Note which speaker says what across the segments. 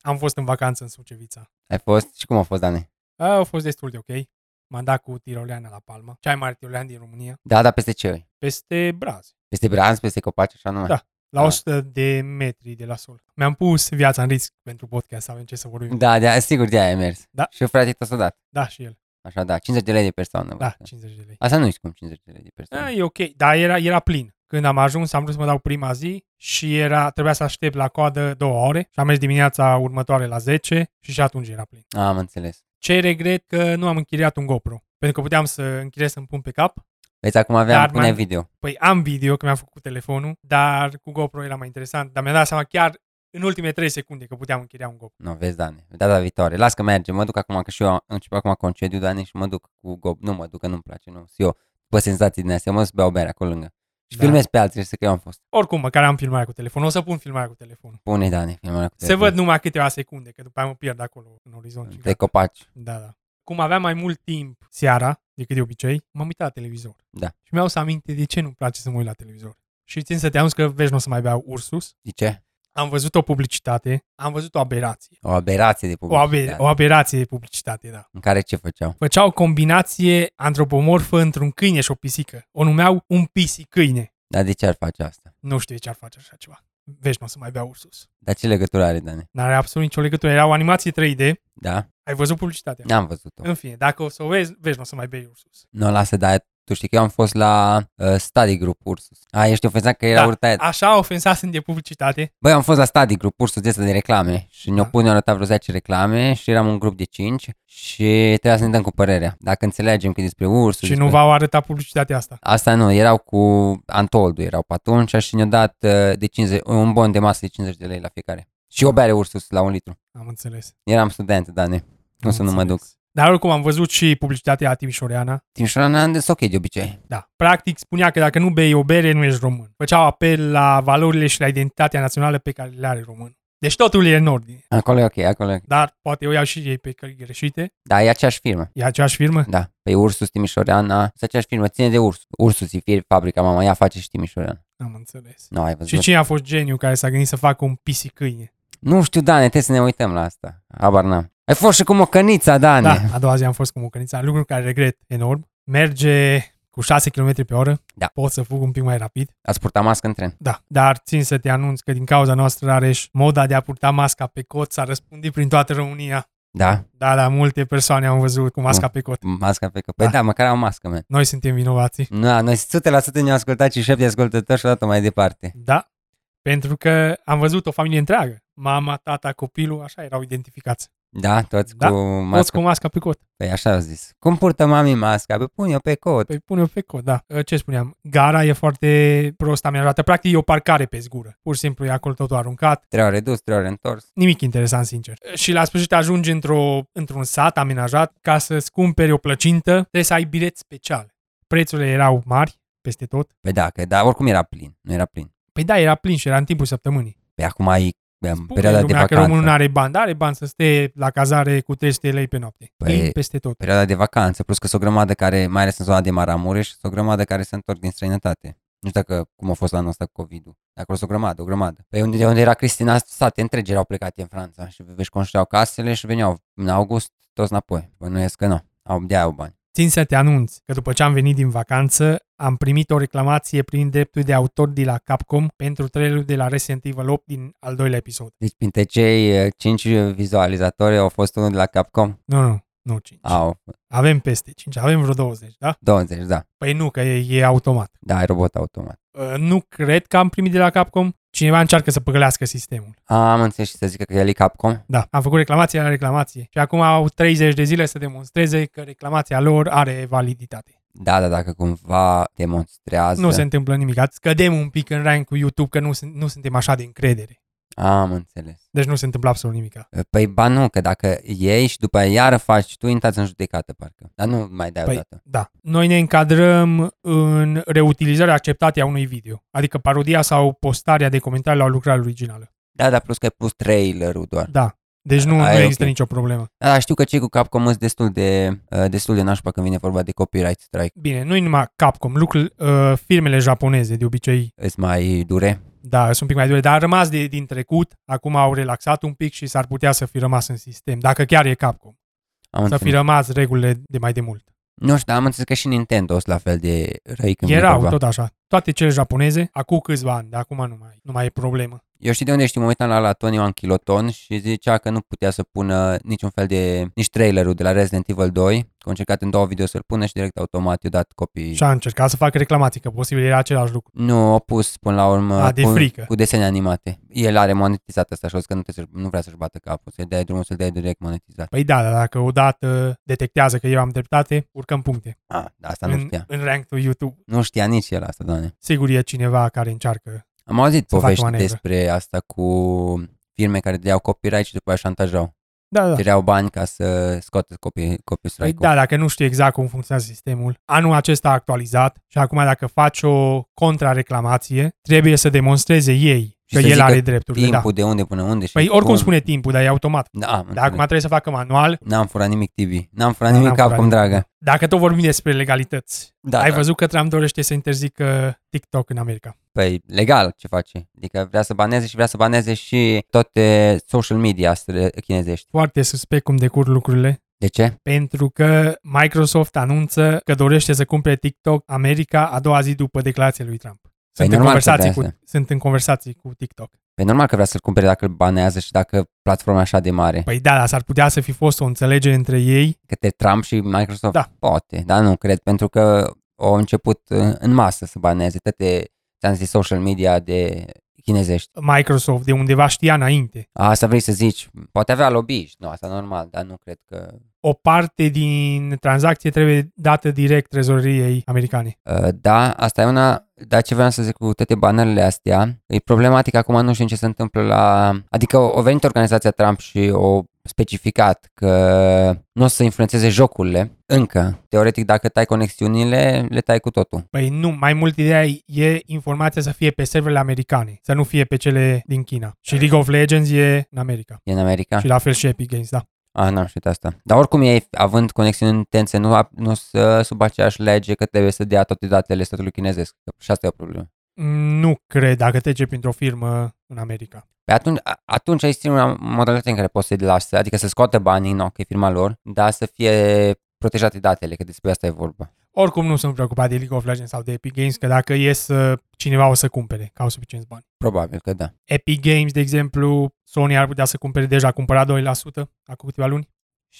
Speaker 1: Am fost în vacanță în Sucevița.
Speaker 2: Ai fost? Și cum a fost, Dane?
Speaker 1: A, a fost destul de ok. M-am dat cu tiroleana la palma. Cea mai mare tirolean din România.
Speaker 2: Da, dar peste ce?
Speaker 1: Peste brazi.
Speaker 2: Peste branz, peste copaci, așa numai?
Speaker 1: Da. La
Speaker 2: Da.
Speaker 1: 100 de metri de la sol. Mi-am pus viața în risc pentru podcast, să avem ce să vorbim.
Speaker 2: Da, da, sigur, de aia ai mers.
Speaker 1: Da.
Speaker 2: Și frate tot s-a dat.
Speaker 1: Da, și el.
Speaker 2: Așa, da, 50 de lei de persoană.
Speaker 1: Da,
Speaker 2: văd.
Speaker 1: 50 de lei.
Speaker 2: Asta nu e cum 50 de lei de persoană.
Speaker 1: Da, e ok, dar era, era plin. Când am ajuns, am vrut să mă dau prima zi și era, trebuia să aștept la coadă două ore și am mers dimineața următoare la 10 și și atunci era plin.
Speaker 2: Am înțeles.
Speaker 1: Ce regret că nu am închiriat un GoPro, pentru că puteam să închiriez să-mi pun pe cap.
Speaker 2: Deci acum aveam
Speaker 1: Dar
Speaker 2: pune
Speaker 1: mai-
Speaker 2: video.
Speaker 1: Păi am video, că mi-am făcut telefonul, dar cu GoPro era mai interesant, dar mi-am dat seama chiar în ultime 3 secunde că puteam închiria un GoPro.
Speaker 2: Nu, vezi, Dane, data viitoare. Las că merge, mă duc acum, că și eu am început acum concediu, Dane, și mă duc cu gob. Nu mă duc, că nu-mi place, nu. Și eu, pe senzații din astea, mă duc să beau bere acolo lângă. Și
Speaker 1: Da.
Speaker 2: filmez pe alții, să că eu am fost.
Speaker 1: Oricum, măcar am filmarea cu telefonul, o să pun filmarea cu telefonul.
Speaker 2: Pune, Dane, filmarea cu
Speaker 1: Se
Speaker 2: telefonul.
Speaker 1: văd numai câteva secunde, că după aia mă pierd acolo în orizont. și
Speaker 2: De
Speaker 1: gata.
Speaker 2: copaci.
Speaker 1: Da, da. Cum aveam mai mult timp seara decât de obicei, m-am uitat la televizor.
Speaker 2: Da.
Speaker 1: Și mi-au să aminte de ce nu-mi place să mă uit la televizor. Și țin să te anunț că vezi, nu o să mai beau Ursus.
Speaker 2: De ce?
Speaker 1: Am văzut o publicitate, am văzut o aberație.
Speaker 2: O aberație de
Speaker 1: O, abe-
Speaker 2: publicitate.
Speaker 1: o aberație de publicitate, da.
Speaker 2: În care ce făceau?
Speaker 1: Făceau o combinație antropomorfă într-un câine și o pisică. O numeau un pisicâine.
Speaker 2: Dar de ce ar face asta?
Speaker 1: Nu știu de ce ar face așa ceva. Vezi, nu o să mai bea Ursus.
Speaker 2: Dar ce legătură are, Dane?
Speaker 1: N-are absolut nicio legătură. Era o animație 3D.
Speaker 2: Da?
Speaker 1: Ai văzut publicitatea?
Speaker 2: N-am văzut-o.
Speaker 1: În fine, dacă o să o vezi, vezi, nu o să mai bei Ursus.
Speaker 2: Nu, lasă, dar tu știi că eu am fost la uh, study group Ursus. A, ești ofensat că era
Speaker 1: Da.
Speaker 2: da. urtat.
Speaker 1: Așa ofensasem de publicitate.
Speaker 2: Băi, am fost la study group Ursus de asta de reclame și ne-au
Speaker 1: Da.
Speaker 2: pus, ne-au arătat vreo 10 reclame și eram un grup de 5 și trebuia să ne dăm cu părerea. Dacă înțelegem că e despre Ursus...
Speaker 1: Și nu
Speaker 2: despre...
Speaker 1: v-au arătat publicitatea asta.
Speaker 2: Asta nu, erau cu Antoldu, erau pe atunci și ne-au dat uh, de 50, un bon de masă de 50 de lei la fiecare. Și o bere Ursus la un litru.
Speaker 1: Am înțeles.
Speaker 2: Eram student, Dane. Nu
Speaker 1: Am
Speaker 2: să nu mă duc.
Speaker 1: înțeles. Dar oricum am văzut și publicitatea Timișoreana.
Speaker 2: Timișoara Neamț, sunt ok de obicei.
Speaker 1: Da. Practic spunea că dacă nu bei o bere, nu ești român. Făceau apel la valorile și la identitatea națională pe care le are român. Deci totul e în ordine.
Speaker 2: Acolo e ok, acolo e ok.
Speaker 1: Dar poate o iau și ei pe căi greșite.
Speaker 2: Dar e aceeași firmă.
Speaker 1: E aceeași firmă?
Speaker 2: Da, pe Ursus Timișoreana, sunt aceeași firmă, ține de Ursus. Ursus e fir, fabrica mama, ea face și Timișoreana.
Speaker 1: Am înțeles.
Speaker 2: Nu ai văzut.
Speaker 1: Și cine a fost geniu care s-a gândit să facă un pisicâine?
Speaker 2: Nu știu, Dane, trebuie să ne uităm la asta. Habar n-am. Ai fost și cu mocănița, Dane.
Speaker 1: Da, a doua zi am fost cu mucănița, lucru care regret enorm. Merge cu 6 km pe oră.
Speaker 2: Da.
Speaker 1: Pot să fug un pic mai rapid.
Speaker 2: Ați purtat mască în tren.
Speaker 1: Da, dar țin să te anunț că din cauza noastră, Rareș, moda de a purta masca pe cot s-a răspândit prin toată România.
Speaker 2: Da,
Speaker 1: Da, da, multe persoane am văzut cu masca pe cot.
Speaker 2: masca pe cap. Păi
Speaker 1: Da.
Speaker 2: da, măcar am mască, man.
Speaker 1: Noi suntem vinovați.
Speaker 2: Nu, noi 100% ne-au ascultat și 7 ascultători și odată mai departe.
Speaker 1: Da, pentru că am văzut o familie întreagă. Mama, tata, copilul, așa erau identificați.
Speaker 2: Da, toți
Speaker 1: Da,
Speaker 2: cu
Speaker 1: Toți
Speaker 2: mască.
Speaker 1: cu masca pe cot.
Speaker 2: Păi așa au zis. Cum purtă mami masca? Păi pun eu pe cot.
Speaker 1: Păi pune-o pe cot, da. Ce spuneam? Gara e foarte prost amenajată. Practic e o parcare pe zgură. Pur și simplu e acolo totul aruncat.
Speaker 2: Trei ori redus, trei ori întors.
Speaker 1: Nimic interesant, sincer. Și la sfârșit ajungi într-o, într-un sat amenajat. Ca să-ți cumperi o plăcintă, trebuie să ai bilet special. Prețurile erau mari peste tot.
Speaker 2: Păi da, că, dar oricum era plin. Nu era plin.
Speaker 1: Păi da, era plin și era în timpul săptămânii.
Speaker 2: Pe Păi acum e în
Speaker 1: Spune
Speaker 2: perioada de
Speaker 1: lumea că
Speaker 2: vacanță.
Speaker 1: românul nu are bani, dar are bani să stea la cazare cu 300 lei pe noapte.
Speaker 2: Păi-
Speaker 1: Plin peste tot.
Speaker 2: perioada de vacanță, plus că sunt o grămadă care, mai ales în zona de Maramureș, sunt o grămadă care se întorc din străinătate. Nu știu dacă cum a fost la anul ăsta cu COVID-ul. Dar acolo sunt o grămadă, o grămadă. Păi unde, de unde era Cristina, sate întregi erau plecate în Franța și își construiau casele și veneau în august toți înapoi. Bănuiesc că nu, au de au bani.
Speaker 1: Țin să te anunț că după ce am venit din vacanță, am primit o reclamație prin dreptul de autor de la Capcom pentru trailerul de la Resident Evil 8 din al doilea episod.
Speaker 2: Deci printre cei 5 vizualizatori au fost unul de la Capcom,
Speaker 1: Nu, nu, nu 5.
Speaker 2: au
Speaker 1: Avem peste 5, avem vreo 20, da?
Speaker 2: 20, da,
Speaker 1: Păi nu, că e, e automat.
Speaker 2: da, ai robot automat.
Speaker 1: Uh, Nu cred că am primit de la Capcom. Cineva încearcă să păcălească sistemul.
Speaker 2: Am înțeles și să zică că el e Capcom.
Speaker 1: Da, am făcut reclamație la reclamație și acum au 30 de zile să demonstreze că reclamația lor are validitate.
Speaker 2: Da, da, dacă cumva demonstrează.
Speaker 1: Nu se întâmplă nimic. Scădem un pic în rank cu YouTube că nu, sunt- nu suntem așa de încredere.
Speaker 2: Am înțeles.
Speaker 1: Deci nu se întâmplă absolut nimic.
Speaker 2: Păi ba nu, că dacă iei și după aia iară faci, tu intrați în judecată parcă. Dar nu mai dai păi...
Speaker 1: Păi-
Speaker 2: odată.
Speaker 1: Da. Noi ne încadrăm în reutilizarea acceptată a unui video, adică parodia sau postarea de comentarii la o lucrare originală.
Speaker 2: Da, dar plus că ai pus trailerul doar.
Speaker 1: Da. Deci nu,
Speaker 2: Aia
Speaker 1: nu
Speaker 2: e ok.
Speaker 1: există nicio problemă.
Speaker 2: Da, dar știu că cei cu Capcom sunt destul de, uh, destul de nașpa când vine vorba de copyright strike.
Speaker 1: Bine, nu-i numai Capcom, lucrul, uh, firmele japoneze de obicei
Speaker 2: Îți mai dure?
Speaker 1: Da, sunt un pic mai dure, dar a rămas de, din trecut, acum au relaxat un pic și s-ar putea să fi rămas în sistem, dacă chiar e Capcom.
Speaker 2: Am
Speaker 1: Să fi
Speaker 2: înțeles.
Speaker 1: rămas regulile de mai de mult.
Speaker 2: Nu știu, dar am înțeles că și Nintendo sunt la fel de răi când vine
Speaker 1: Erau
Speaker 2: vorba.
Speaker 1: tot așa. Toate cele japoneze, acum câțiva ani, dar acum nu mai, nu mai e problemă.
Speaker 2: Eu știu de unde știu, mă uitam la, la Tony One Kiloton și zicea că nu putea să pună niciun fel de, nici trailerul de la Resident Evil 2, că au încercat în două video să-l pună și direct automat i-a dat copii.
Speaker 1: Și a încercat să facă reclamații, că posibil era același lucru.
Speaker 2: Nu, au pus până la urmă
Speaker 1: A, de
Speaker 2: cu,
Speaker 1: frică.
Speaker 2: cu desene animate. El are monetizat asta și a zis că nu, trebuie să, nu vrea să-și bată capul, să-i dai drumul, să-l dai direct monetizat.
Speaker 1: Păi da, dar dacă odată detectează că eu am dreptate, urcăm puncte
Speaker 2: A, da, asta nu
Speaker 1: în,
Speaker 2: știa.
Speaker 1: în rank to YouTube.
Speaker 2: Nu știa nici el asta, doamne.
Speaker 1: Sigur e cineva care încearcă.
Speaker 2: Am
Speaker 1: Să
Speaker 2: auzit
Speaker 1: fac
Speaker 2: povești
Speaker 1: manevră.
Speaker 2: despre asta cu firme care dădeau copyright și după aia șantajau.
Speaker 1: Da, da.
Speaker 2: Cereau bani ca să scoată copii,
Speaker 1: Păi
Speaker 2: copii strike
Speaker 1: da, dacă nu știi exact cum funcționează sistemul, anul acesta a actualizat și acum dacă faci o contrareclamație, trebuie să demonstreze ei
Speaker 2: Și
Speaker 1: că
Speaker 2: să
Speaker 1: el
Speaker 2: zică
Speaker 1: are drepturile. Da.
Speaker 2: timpul da. de unde până unde și
Speaker 1: Păi oricum
Speaker 2: cum.
Speaker 1: spune timpul, dar e automat.
Speaker 2: Da, am
Speaker 1: Dar acum
Speaker 2: înțeles.
Speaker 1: trebuie să facă manual.
Speaker 2: N-am furat nimic TV. N-am furat
Speaker 1: Da, n-am
Speaker 2: nimic cap
Speaker 1: furat
Speaker 2: cum
Speaker 1: nimic.
Speaker 2: dragă.
Speaker 1: Dacă tot vorbim despre legalități,
Speaker 2: Da,
Speaker 1: ai
Speaker 2: da.
Speaker 1: văzut că Trump dorește să interzică TikTok în America.
Speaker 2: Păi legal ce face. Adică vrea să baneze și vrea să baneze și toate social media astea chinezești.
Speaker 1: Foarte suspect cum decur lucrurile.
Speaker 2: De ce?
Speaker 1: pentru că Microsoft anunță că dorește să cumpere TikTok America a doua zi după declarația lui Trump. Sunt, în,
Speaker 2: Păi normal că
Speaker 1: conversații
Speaker 2: vrea
Speaker 1: cu, sunt în conversații cu TikTok.
Speaker 2: Păi normal că vrea să-l cumpere dacă îl banează și dacă platforma e așa de mare.
Speaker 1: Păi da, dar s-ar putea să fi fost o înțelegere între ei.
Speaker 2: Către Trump și Microsoft?
Speaker 1: Da.
Speaker 2: Poate, dar nu cred, pentru că au început uh, în masă să baneze toate, ți-am zis, social media de chinezești.
Speaker 1: Microsoft de undeva știa înainte.
Speaker 2: Asta vrei să zici, poate avea lobby, nu, asta normal, dar nu cred că
Speaker 1: O parte din tranzacție trebuie dată direct trezoreriei americane.
Speaker 2: Uh, Da, asta e una, dar ce vreau să zic cu toate banerele astea, e problematic acum, nu știu ce se întâmplă la... Adică o o venit organizația Trump și o specificat că nu o să influențeze jocurile încă. Teoretic, dacă tai conexiunile, le tai cu totul.
Speaker 1: Păi nu, mai mult ideea e informația să fie pe serverele americane, să nu fie pe cele din China. Și League of Legends e în America.
Speaker 2: E în America?
Speaker 1: Și la fel și Epic Games, da.
Speaker 2: Ah, n-am știut asta. Dar oricum ei, având conexiuni intense, nu, a- nu să sub aceeași lege că trebuie să dea toate datele statului chinezesc. Că Și asta e o problemă.
Speaker 1: Nu cred dacă trece printr-o firmă în America.
Speaker 2: Pe atunci, a- atunci ai singura modalitate în care poți să-i lase, adică să scoată banii, nu, că e firma lor, dar să fie protejate datele, că despre asta e vorba.
Speaker 1: Oricum nu sunt preocupat de League of Legends sau de Epic Games, că dacă ies, uh, cineva o să cumpere, că au suficienți bani.
Speaker 2: Probabil că da.
Speaker 1: Epic Games, de exemplu, Sony ar putea să cumpere, deja a cumpărat 2% acum câteva luni.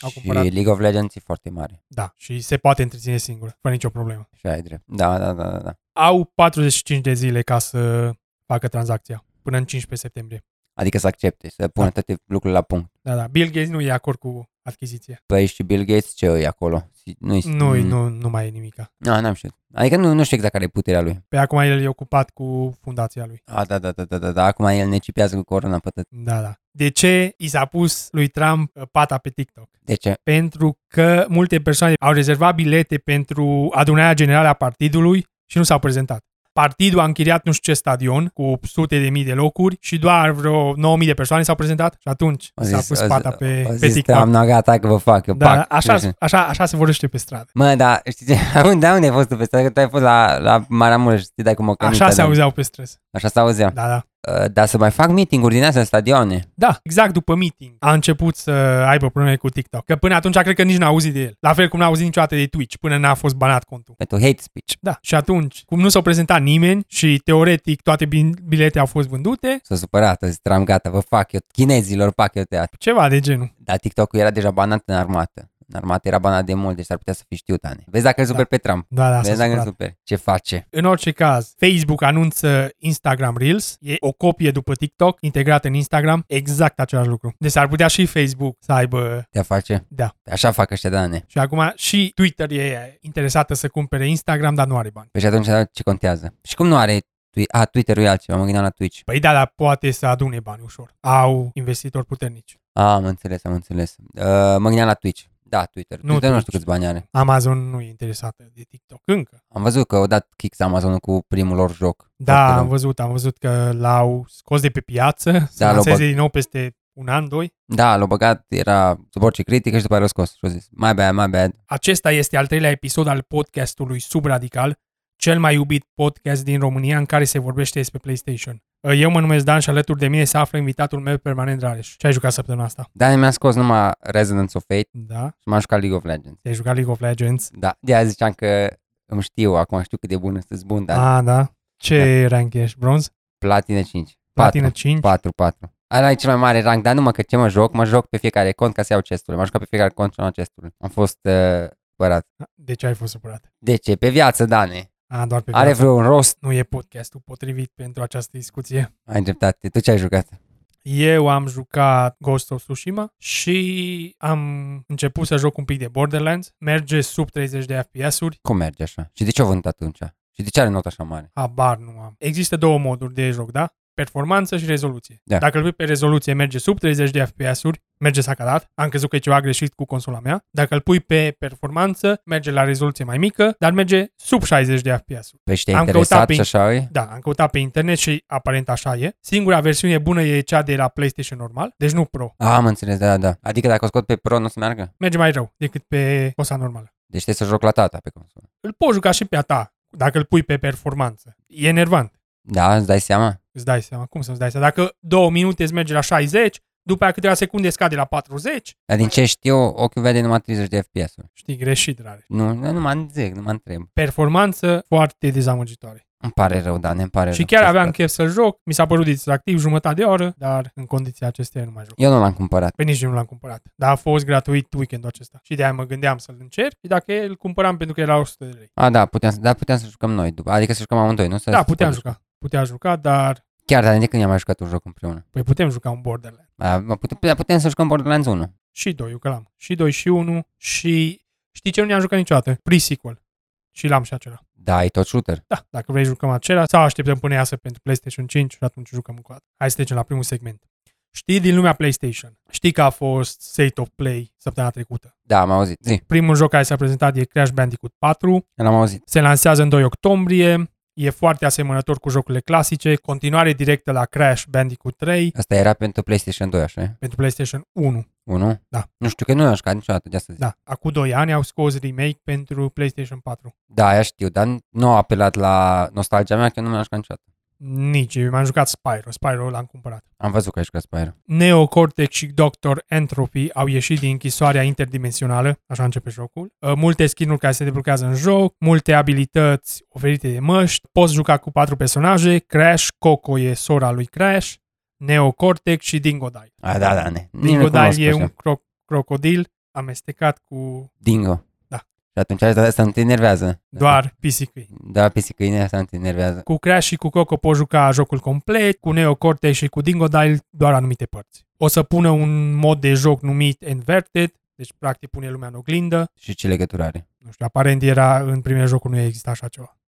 Speaker 1: Au
Speaker 2: Și
Speaker 1: cumpărat.
Speaker 2: League of Legends e foarte mare.
Speaker 1: Da, și se poate întreține singur, fără nicio problemă.
Speaker 2: Și ai drept. Da, da, da, da. da.
Speaker 1: Au 45 de zile ca să facă tranzacția, până în 15 septembrie.
Speaker 2: Adică să accepte, să pună
Speaker 1: Da.
Speaker 2: toate lucrurile la punct.
Speaker 1: Da, da, Bill Gates nu e acord cu achiziția.
Speaker 2: Păi și Bill Gates ce e acolo? Nu-i...
Speaker 1: Nu, nu, nu mai e nimica.
Speaker 2: Nu, n-am știut. Adică nu, nu știu exact care e puterea lui.
Speaker 1: Pe acum el e ocupat cu fundația lui.
Speaker 2: A, da, da, da, da, da, da. Acum el ne cipează cu corona pe tot.
Speaker 1: Da, da. De ce i s-a pus lui Trump uh, pata pe TikTok?
Speaker 2: De ce?
Speaker 1: pentru că multe persoane au rezervat bilete pentru adunarea generală a partidului și nu s-au prezentat. Partidul a închiriat nu știu ce stadion cu sute de mii de locuri și doar vreo 9 mii de persoane s-au prezentat și atunci
Speaker 2: O
Speaker 1: s-a pus pata
Speaker 2: o-
Speaker 1: pe,
Speaker 2: o
Speaker 1: pe
Speaker 2: zis,
Speaker 1: TikTok.
Speaker 2: Am na, gata că vă fac, că
Speaker 1: Da,
Speaker 2: pac.
Speaker 1: așa, așa, așa se vorbește pe stradă.
Speaker 2: Mă, dar știi ce? Unde, unde ai fost tu pe stradă? Că tu ai fost la, la Maramureș, știi, dai cum o căniță.
Speaker 1: Așa se
Speaker 2: da.
Speaker 1: auzeau pe străzi.
Speaker 2: Așa se auzea.
Speaker 1: Da, da.
Speaker 2: Da. Dar să mai fac meeting-uri din astea în stadioane.
Speaker 1: Da, exact după meeting a început să aibă probleme cu TikTok. Că până atunci cred că nici n-a auzit de el. La fel cum n-a auzit niciodată de Twitch până n-a fost banat contul.
Speaker 2: Pentru hate speech.
Speaker 1: Da, și atunci, cum nu s-au prezentat nimeni și teoretic toate bin- biletele au fost vândute,
Speaker 2: S-a supărat, a zis, tram, gata, vă fac eu, chinezilor fac eu teatru.
Speaker 1: ceva de genul.
Speaker 2: Dar TikTok-ul era deja banat în armată. În armată era banat de mult, deci ar putea să fi știut, Ani. Vezi dacă îl super pe Trump.
Speaker 1: Da, da, s-a
Speaker 2: Vezi dacă îl
Speaker 1: supărat.
Speaker 2: super. Ce face?
Speaker 1: În orice caz, Facebook anunță Instagram Reels, e o copie după TikTok integrată în Instagram, exact același lucru. Deci ar putea și Facebook să aibă,
Speaker 2: Te face?
Speaker 1: da.
Speaker 2: Așa fac ăștia, Dane.
Speaker 1: Și acum și Twitter e interesată să cumpere Instagram, dar nu are bani.
Speaker 2: Păi și atunci ce contează? Și cum nu are twi- a, Twitter-ul e altceva, mă gândeam la Twitch.
Speaker 1: Păi da, dar poate să adune bani ușor. Au investitori puternici.
Speaker 2: A, am înțeles, am înțeles. Uh, mă gândeam la Twitch. Da, Twitter. Nu,
Speaker 1: Nu
Speaker 2: Twitter nu știu
Speaker 1: Twitch.
Speaker 2: câți bani are.
Speaker 1: Amazon nu e interesată de TikTok încă.
Speaker 2: Am văzut că au dat kicks Amazon cu primul lor joc. Foarte
Speaker 1: Da, am
Speaker 2: rău.
Speaker 1: văzut, am văzut că l-au scos de pe piață, să
Speaker 2: l-au
Speaker 1: lanseze
Speaker 2: băg-
Speaker 1: din nou peste un an, doi.
Speaker 2: da, l-au băgat, era sub orice critică și după aia l-au scos. Și au zis, my bad, my bad.
Speaker 1: Acesta este al treilea episod al podcastului Subradical, cel mai iubit podcast din România în care se vorbește despre PlayStation. Uh, Eu mă numesc Dan și alături de mine se află invitatul meu permanent Rareș. Ce ai jucat săptămâna asta?
Speaker 2: Dar mi-a scos numai Resonance of Fate
Speaker 1: Da?
Speaker 2: și m-am jucat League of Legends.
Speaker 1: Te-ai jucat League of Legends?
Speaker 2: Da, de aia ziceam că îmi știu, acum știu cât de bun sunt bun, dar
Speaker 1: Da. A, da. Ce da. rank ești? Bronz?
Speaker 2: platine 5.
Speaker 1: Platină 5?
Speaker 2: 4, 4. Ala e cel mai mare rank, dar numai că ce mă joc, mă joc pe fiecare cont ca să iau chestul. M-am jucat pe fiecare cont și am luat chestul. Am fost uh, părat.
Speaker 1: De ce ai fost supărat?
Speaker 2: De ce? Pe viață, Dane.
Speaker 1: A, doar pe
Speaker 2: Are
Speaker 1: viață.
Speaker 2: vreun rost?
Speaker 1: Nu e podcastul potrivit pentru această discuție.
Speaker 2: Ai dreptate. Tu ce ai jucat?
Speaker 1: Eu am jucat Ghost of Tsushima și am început să joc un pic de Borderlands. Merge sub 30 de FPS-uri.
Speaker 2: Cum merge așa? Și de ce o vândut atunci? Și de ce are notă așa mare?
Speaker 1: Habar nu am. Există două moduri de joc, da? Performanță și rezoluție.
Speaker 2: Da.
Speaker 1: Dacă îl pui pe rezoluție, merge sub 30 de FPS-uri, merge sacadat. Am crezut că e ceva greșit cu consola mea. Dacă îl pui pe performanță, merge la rezoluție mai mică, dar merge sub 60 de FPS-uri.
Speaker 2: Păi și te-ai
Speaker 1: Am
Speaker 2: interesat
Speaker 1: căutat pe-
Speaker 2: și așa e?
Speaker 1: Da, am căutat pe internet și aparent așa e. Singura versiune bună e cea de la PlayStation normal, deci nu Pro.
Speaker 2: Ah, am înțeles, da, da. Adică dacă o scot pe pro, nu o să meargă?
Speaker 1: Merge mai rău decât pe cosa normală.
Speaker 2: Deci trebuie să joc la tata pe consolă.
Speaker 1: îl poți juca și pe a ta, dacă îl pui pe performanță. E enervant,
Speaker 2: Da, îți dai seama?
Speaker 1: îți dai seama, cum să-ți dai seama. Dacă două minute îți merge la 60, după aia câteva secunde scade la 40,
Speaker 2: Dar din ce știu, ochiul vede numai 30 de FPS-uri.
Speaker 1: știi, greșit, rare.
Speaker 2: Nu, nu, nu mă zic, nu mă întreb.
Speaker 1: Performanță foarte dezamăgitoare.
Speaker 2: Îmi pare rău, Dan, îmi pare
Speaker 1: Și
Speaker 2: rău.
Speaker 1: chiar
Speaker 2: Ce-ai
Speaker 1: aveam
Speaker 2: spus.
Speaker 1: chef să-l joc, mi s-a părut distractiv jumătate de oră, dar în condiția acesteia nu mai joc.
Speaker 2: Eu nu l-am cumpărat.
Speaker 1: Pe Păi nici nu l-am cumpărat, dar a fost gratuit weekendul acesta. Și de-aia mă gândeam să-l încerc și dacă îl cumpăram pentru că era 100 de lei.
Speaker 2: A, da, puteam să, da, puteam să jucăm noi, după, adică să jucăm amândoi, nu? Să
Speaker 1: Da, puteam juca. Puteam juca, dar
Speaker 2: Chiar, dar de când am mai jucat un joc împreună?
Speaker 1: păi putem juca un Borderlands.
Speaker 2: Da, mă pute- puteam, puteam să jucăm Borderlands 1.
Speaker 1: și 2, eu că l-am. Și 2 și 1 și știi ce nu ne-am jucat niciodată? Pre-sequel. Și l-am și acela.
Speaker 2: Da, e tot shooter.
Speaker 1: Da, dacă vrei jucăm acela sau așteptăm până iasă pentru PlayStation 5 și atunci jucăm încă o dată. Hai să trecem la primul segment. Știi din lumea PlayStation. Știi că a fost State of Play săptămâna trecută.
Speaker 2: Da, am auzit. Zi,
Speaker 1: Primul joc care s-a prezentat e Crash Bandicoot 4.
Speaker 2: l-am auzit.
Speaker 1: Se lansează în 2 octombrie. E foarte asemănător cu jocurile clasice. Continuare directă la Crash Bandicoot 3
Speaker 2: Asta era pentru PlayStation 2, așa e?
Speaker 1: pentru PlayStation 1.
Speaker 2: 1?
Speaker 1: Da.
Speaker 2: Nu știu că nu l-am jucat niciodată, de asta zic.
Speaker 1: Da, acum 2 ani au scos remake pentru PlayStation 4.
Speaker 2: Da, aia știu, dar nu a apelat la nostalgia mea, că nu mi-am jucat niciodată.
Speaker 1: Nici, eu m-am jucat Spyro, Spyro l-am cumpărat.
Speaker 2: Am văzut că ai jucat Spyro.
Speaker 1: Neo Cortex și Dr. Entropy au ieșit din închisoarea interdimensională, așa începe jocul. Uh, Multe skin-uri care se deblochează în joc, multe abilități oferite de măști, poți juca cu patru personaje, Crash, Coco e sora lui Crash, Neo Cortex și Dingodile.
Speaker 2: A, da, da, ne. Nici nu cunosc
Speaker 1: Dingodile e
Speaker 2: pe
Speaker 1: un
Speaker 2: ăștia.
Speaker 1: cro- crocodil amestecat cu
Speaker 2: Dingo.
Speaker 1: Da.
Speaker 2: Și atunci asta nu te enervează.
Speaker 1: doar pisicui.
Speaker 2: Da, pisicăinea asta nu te enervează.
Speaker 1: Cu Crash și cu Coco poți juca jocul complet, cu Neo Cortex și cu Dingodile doar anumite părți. O să pună un mod de joc numit Inverted, deci practic pune lumea în oglindă.
Speaker 2: Și ce legătură are?
Speaker 1: Nu știu, aparent era în primele jocuri nu exista așa ceva.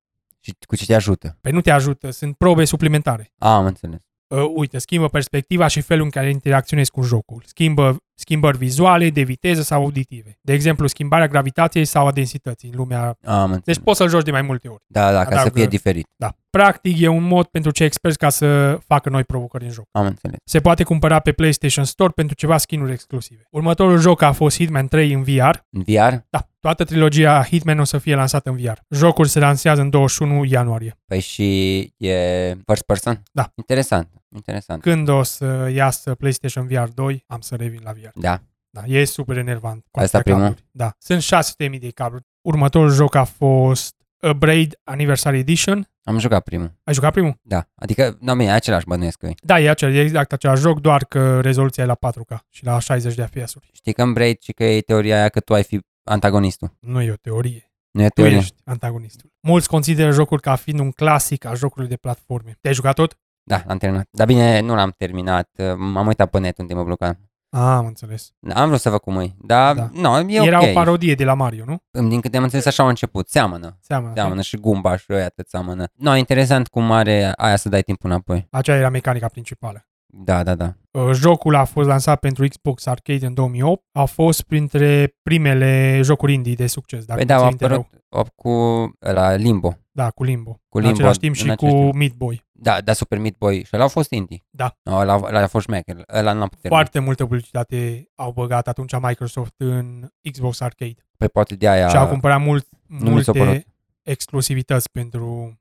Speaker 2: Și cu ce te ajută?
Speaker 1: Păi nu te ajută, sunt probe suplimentare.
Speaker 2: A, am înțeles.
Speaker 1: Uh, uite, schimbă perspectiva și felul în care interacționezi cu jocul. Schimbă schimbări vizuale, de viteză sau auditive. De exemplu, schimbarea gravitației sau a densității în lumea...
Speaker 2: A, am înțeles.
Speaker 1: Deci poți să-l joci de mai multe ori.
Speaker 2: Da, da, ca să
Speaker 1: adaugă-
Speaker 2: fie diferit.
Speaker 1: Da. Practic e un mod pentru cei experți ca să facă noi provocări în joc.
Speaker 2: Am înțeles.
Speaker 1: Se poate cumpăra pe PlayStation Store pentru ceva skinuri exclusive. Următorul joc a fost Hitman 3 în VR.
Speaker 2: În VR?
Speaker 1: Da, toată trilogia Hitman o să fie lansată în VR. Jocul se lansează în 21 ianuarie.
Speaker 2: Păi și e first person?
Speaker 1: Da.
Speaker 2: Interesant, interesant.
Speaker 1: Când o să iasă PlayStation VR 2, am să revin la VR.
Speaker 2: Da.
Speaker 1: Da, e super enervant. cu
Speaker 2: Asta
Speaker 1: atâtea
Speaker 2: primul?
Speaker 1: cabluri. Da. Sunt 600.000 de cabluri. Următorul joc a fost A Braid Anniversary Edition.
Speaker 2: Am jucat primul.
Speaker 1: Ai jucat primul?
Speaker 2: Da. Adică, nu, bine, același bănuiesc că e.
Speaker 1: Da, e, acel, e exact același joc, doar că rezoluția e la 4K și la 60 de FPS-uri.
Speaker 2: Știi că în Braid și că e teoria aia că tu ai fi antagonistul.
Speaker 1: Nu e o teorie.
Speaker 2: Nu e
Speaker 1: Tu
Speaker 2: teorie.
Speaker 1: ești antagonistul. Mulți consideră jocul ca fiind un clasic al jocurilor de platforme. Te-ai jucat tot?
Speaker 2: Da, l-am terminat. Dar bine, nu l-am terminat. M-am uitat pe net unde mă blocam.
Speaker 1: A, am înțeles.
Speaker 2: Am vrut să vă cum e, dar
Speaker 1: Da.
Speaker 2: da. nu, e
Speaker 1: Era
Speaker 2: ok.
Speaker 1: o parodie de la Mario, nu?
Speaker 2: Din câte am înțeles, așa a început. Seamănă.
Speaker 1: Seamănă.
Speaker 2: Seamănă și Gumba și ăia tot seamănă. Nu, interesant cum are aia să dai timpul înapoi.
Speaker 1: Aceea era mecanica principală.
Speaker 2: Da, da, da.
Speaker 1: Uh, Jocul a fost lansat pentru Xbox Arcade în 2008. A fost printre primele jocuri indie de succes, dacă păi
Speaker 2: Păi da,
Speaker 1: da,
Speaker 2: au
Speaker 1: rău.
Speaker 2: apărut op cu la Limbo.
Speaker 1: Da, cu Limbo.
Speaker 2: Cu
Speaker 1: în
Speaker 2: Limbo,
Speaker 1: același timp
Speaker 2: în
Speaker 1: și cu
Speaker 2: același timp.
Speaker 1: Meat Boy.
Speaker 2: Da, da, Super Meat Boy. Și ăla a fost indie.
Speaker 1: Da.
Speaker 2: No, ăla, ăla a fost șmecher. Ăla n-am putut termina.
Speaker 1: Foarte multă publicitate au băgat atunci Microsoft în Xbox Arcade.
Speaker 2: Păi poate de aia...
Speaker 1: Și au cumpărat mult,
Speaker 2: mi s-a părut.
Speaker 1: multe exclusivități pentru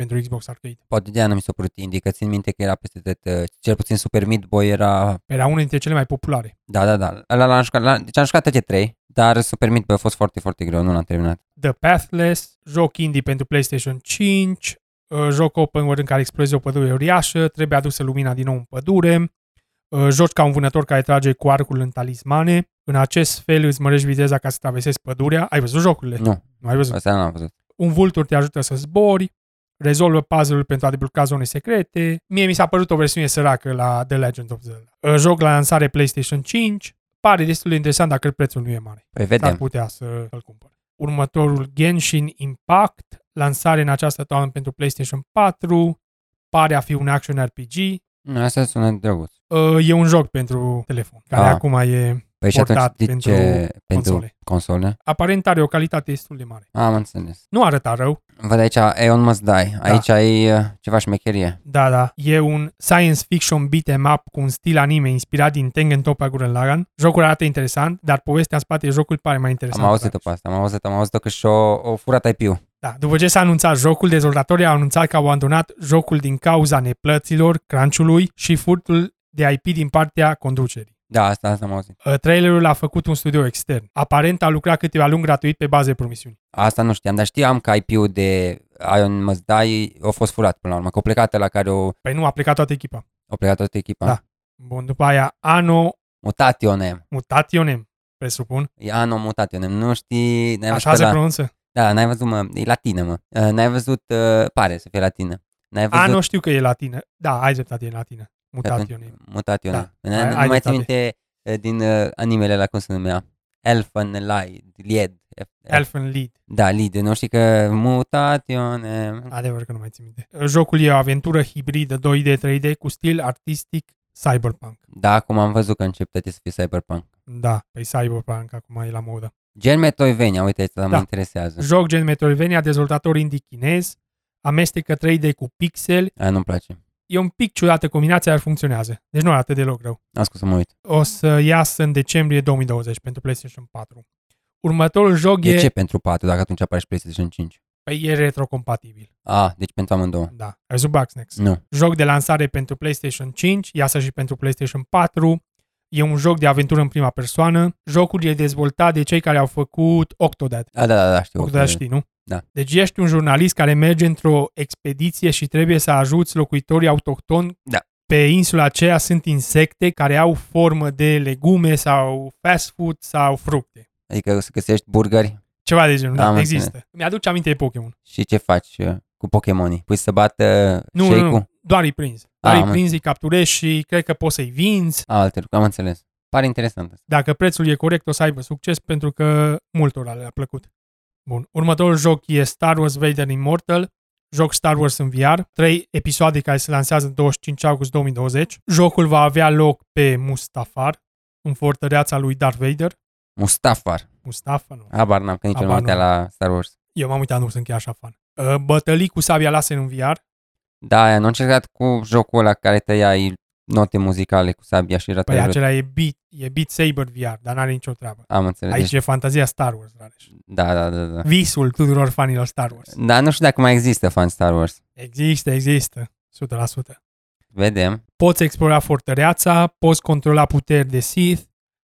Speaker 1: pentru Xbox Arcade.
Speaker 2: Poate de aia nu mi s-a părut indie, că țin minte că era peste tot, uh, cel puțin Super Meat Boy era...
Speaker 1: Era unul dintre cele mai populare.
Speaker 2: Da, da, da. Ăla l-am jucat, la, deci am jucat toate trei, dar Super Meat Boy a fost foarte, foarte greu, nu l-am terminat.
Speaker 1: The Pathless, joc indie pentru PlayStation 5, uh, joc open world în care explorezi o pădure uriașă, trebuie adusă lumina din nou în pădure, uh, joci ca un vânător care trage cu arcul în talismane, în acest fel îți mărești viteza ca să traversezi pădurea. Ai văzut jocurile?
Speaker 2: Nu,
Speaker 1: Nu ai văzut.
Speaker 2: asta nu l-am văzut.
Speaker 1: Un vultur te ajută să zbori, rezolvă puzzle-ul pentru a debloca zone secrete. Mie mi s-a părut o versiune săracă la The Legend of Zelda. Uh, Joc la lansare PlayStation 5, pare destul de interesant, dar cred prețul nu e mare.
Speaker 2: Păi
Speaker 1: S-ar
Speaker 2: vedem.
Speaker 1: putea să îl cumpăr. Următorul Genshin Impact, lansare în această toamnă pentru PlayStation 4, pare a fi un action RPG.
Speaker 2: Nu, asta sună drăguț.
Speaker 1: Uh, E un joc pentru telefon, care
Speaker 2: Ah.
Speaker 1: acum e...
Speaker 2: Păi și
Speaker 1: Portat
Speaker 2: atunci de ce pentru
Speaker 1: console.
Speaker 2: console? console?
Speaker 1: Aparent are o calitate destul de mare.
Speaker 2: Am înțeles.
Speaker 1: Nu arăta rău,
Speaker 2: Văd aici Aeon Must Die. Aici ai uh, ceva șmecherie.
Speaker 1: Da, da. E un science fiction beat'em up cu un stil anime inspirat din Tengen Toppa Gurren Lagann. Jocul arată interesant, dar povestea în spatele jocului pare mai
Speaker 2: Am
Speaker 1: interesantă.
Speaker 2: auzit-o pe asta, am auzit-o, am auzit-o că și-o o furat IP-ul.
Speaker 1: Da, după ce s-a anunțat jocul, dezvoltatorii au anunțat că au abandonat jocul din cauza neplăților, crunch-ului și furtul de IP din partea conducerii.
Speaker 2: Da, asta, asta am auzit.
Speaker 1: Uh, Trailerul a făcut un studio extern. Aparent a lucrat câteva luni gratuit pe baze de promisiuni.
Speaker 2: Asta nu știam, dar știam că IP-ul de Aeon Must Die a fost furat până la urmă, că o plecat la care o,
Speaker 1: Păi nu, a plecat toată echipa.
Speaker 2: o plecat toată echipa.
Speaker 1: Da. Bun, după aia Anno
Speaker 2: Mutationem.
Speaker 1: Mutationem, presupun.
Speaker 2: E Anno Mutationem, nu știi... N-ai
Speaker 1: Așa
Speaker 2: văzut
Speaker 1: se
Speaker 2: la...
Speaker 1: pronunță.
Speaker 2: Da, n-ai văzut, mă, e latină, mă. Uh, N-ai văzut, uh, pare să fie latină. N-ai văzut...
Speaker 1: Anno știu că e latină. Da, ai dreptate, e latină. Mutationem.
Speaker 2: Mutationem.
Speaker 1: Da. Ai-
Speaker 2: Da.
Speaker 1: ai
Speaker 2: Nu mai
Speaker 1: dreptate.
Speaker 2: țin minte uh, din uh, animele la cum se numea. Elfen, Lied, Lied. F-
Speaker 1: Elfen Lead.
Speaker 2: Da, Lied, nu știi că mutationem.
Speaker 1: Adevăr că nu mai țin minte. Jocul e o aventură hibridă 2D, 3D cu stil artistic cyberpunk.
Speaker 2: Da, acum am văzut că încep toate să fie cyberpunk.
Speaker 1: Da, pe cyberpunk acum e la modă.
Speaker 2: Gen Metroidvania, uite, asta da.
Speaker 1: Da.
Speaker 2: mă interesează.
Speaker 1: Joc gen Metroidvania, dezvoltator indie chinez, amestecă 3D cu pixel.
Speaker 2: A, nu-mi place.
Speaker 1: E un pic ciudată combinația, dar funcționează. Deci nu arată deloc rău.
Speaker 2: Ascult să mă uit.
Speaker 1: O să iasă în decembrie 2020 pentru PlayStation 4. Următorul joc
Speaker 2: De
Speaker 1: e,
Speaker 2: ce pentru 4, dacă atunci apare și PlayStation 5?
Speaker 1: păi e retrocompatibil.
Speaker 2: A, deci pentru amândouă.
Speaker 1: Da. Ai văzut Bugsnax?
Speaker 2: Nu.
Speaker 1: joc de lansare pentru PlayStation 5, iasă și pentru PlayStation 4, e un joc de aventură în prima persoană. Jocul e dezvoltat de cei care au făcut Octodad.
Speaker 2: A, da, da, da, știu.
Speaker 1: Octodad știi, nu?
Speaker 2: Da.
Speaker 1: Deci ești un jurnalist care merge într-o expediție și trebuie să ajuți locuitorii autohtoni
Speaker 2: Da.
Speaker 1: pe insula aceea sunt insecte care au formă de legume sau fast food sau fructe.
Speaker 2: Adică să găsești burgeri
Speaker 1: Ceva de genul, da,
Speaker 2: Am
Speaker 1: da
Speaker 2: înțeles.
Speaker 1: există. Mi-aduce aminte de Pokémon.
Speaker 2: și ce faci uh, cu Pokémonii? Pui să bată
Speaker 1: Nu,
Speaker 2: shake-ul?
Speaker 1: nu, nu, doar îi prinzi.
Speaker 2: Ah,
Speaker 1: Doar
Speaker 2: am
Speaker 1: îi prinzi, îi capturezi și cred că poți să-i vinzi.
Speaker 2: A, alte lucruri, am înțeles. Pare interesant asta.
Speaker 1: dacă prețul e corect, o să aibă succes pentru că multora le-a plăcut. Bun. Următorul joc e Star Wars Vader Immortal, joc Star Wars în VR, trei episoade care se lansează în 25 august 2020. Jocul va avea loc pe Mustafar, în fortăreața lui Darth Vader.
Speaker 2: Mustafar.
Speaker 1: Mustafa, nu.
Speaker 2: Habar n-am, că nici eu nu m-am
Speaker 1: Habar
Speaker 2: uitat la Star Wars.
Speaker 1: Eu m-am uitat, nu sunt chiar așa fan. Uh, Bătălii cu sabia lase în VR.
Speaker 2: Da, aia nu încercat cu jocul ăla care tăiai note muzicale cu sabia și
Speaker 1: Păi
Speaker 2: rata
Speaker 1: acela e Beat, e Beat Saber VR, dar n-are nicio treabă.
Speaker 2: Am înțeles.
Speaker 1: Aici
Speaker 2: Aici...
Speaker 1: e fantazia Star Wars, Rareș.
Speaker 2: Da, da, da, da.
Speaker 1: Visul tuturor fanilor Star Wars.
Speaker 2: Dar nu știu dacă mai există fan Star Wars.
Speaker 1: Există, există. 100%.
Speaker 2: Vedem.
Speaker 1: poți explora fortăreața, poți controla puteri de Sith,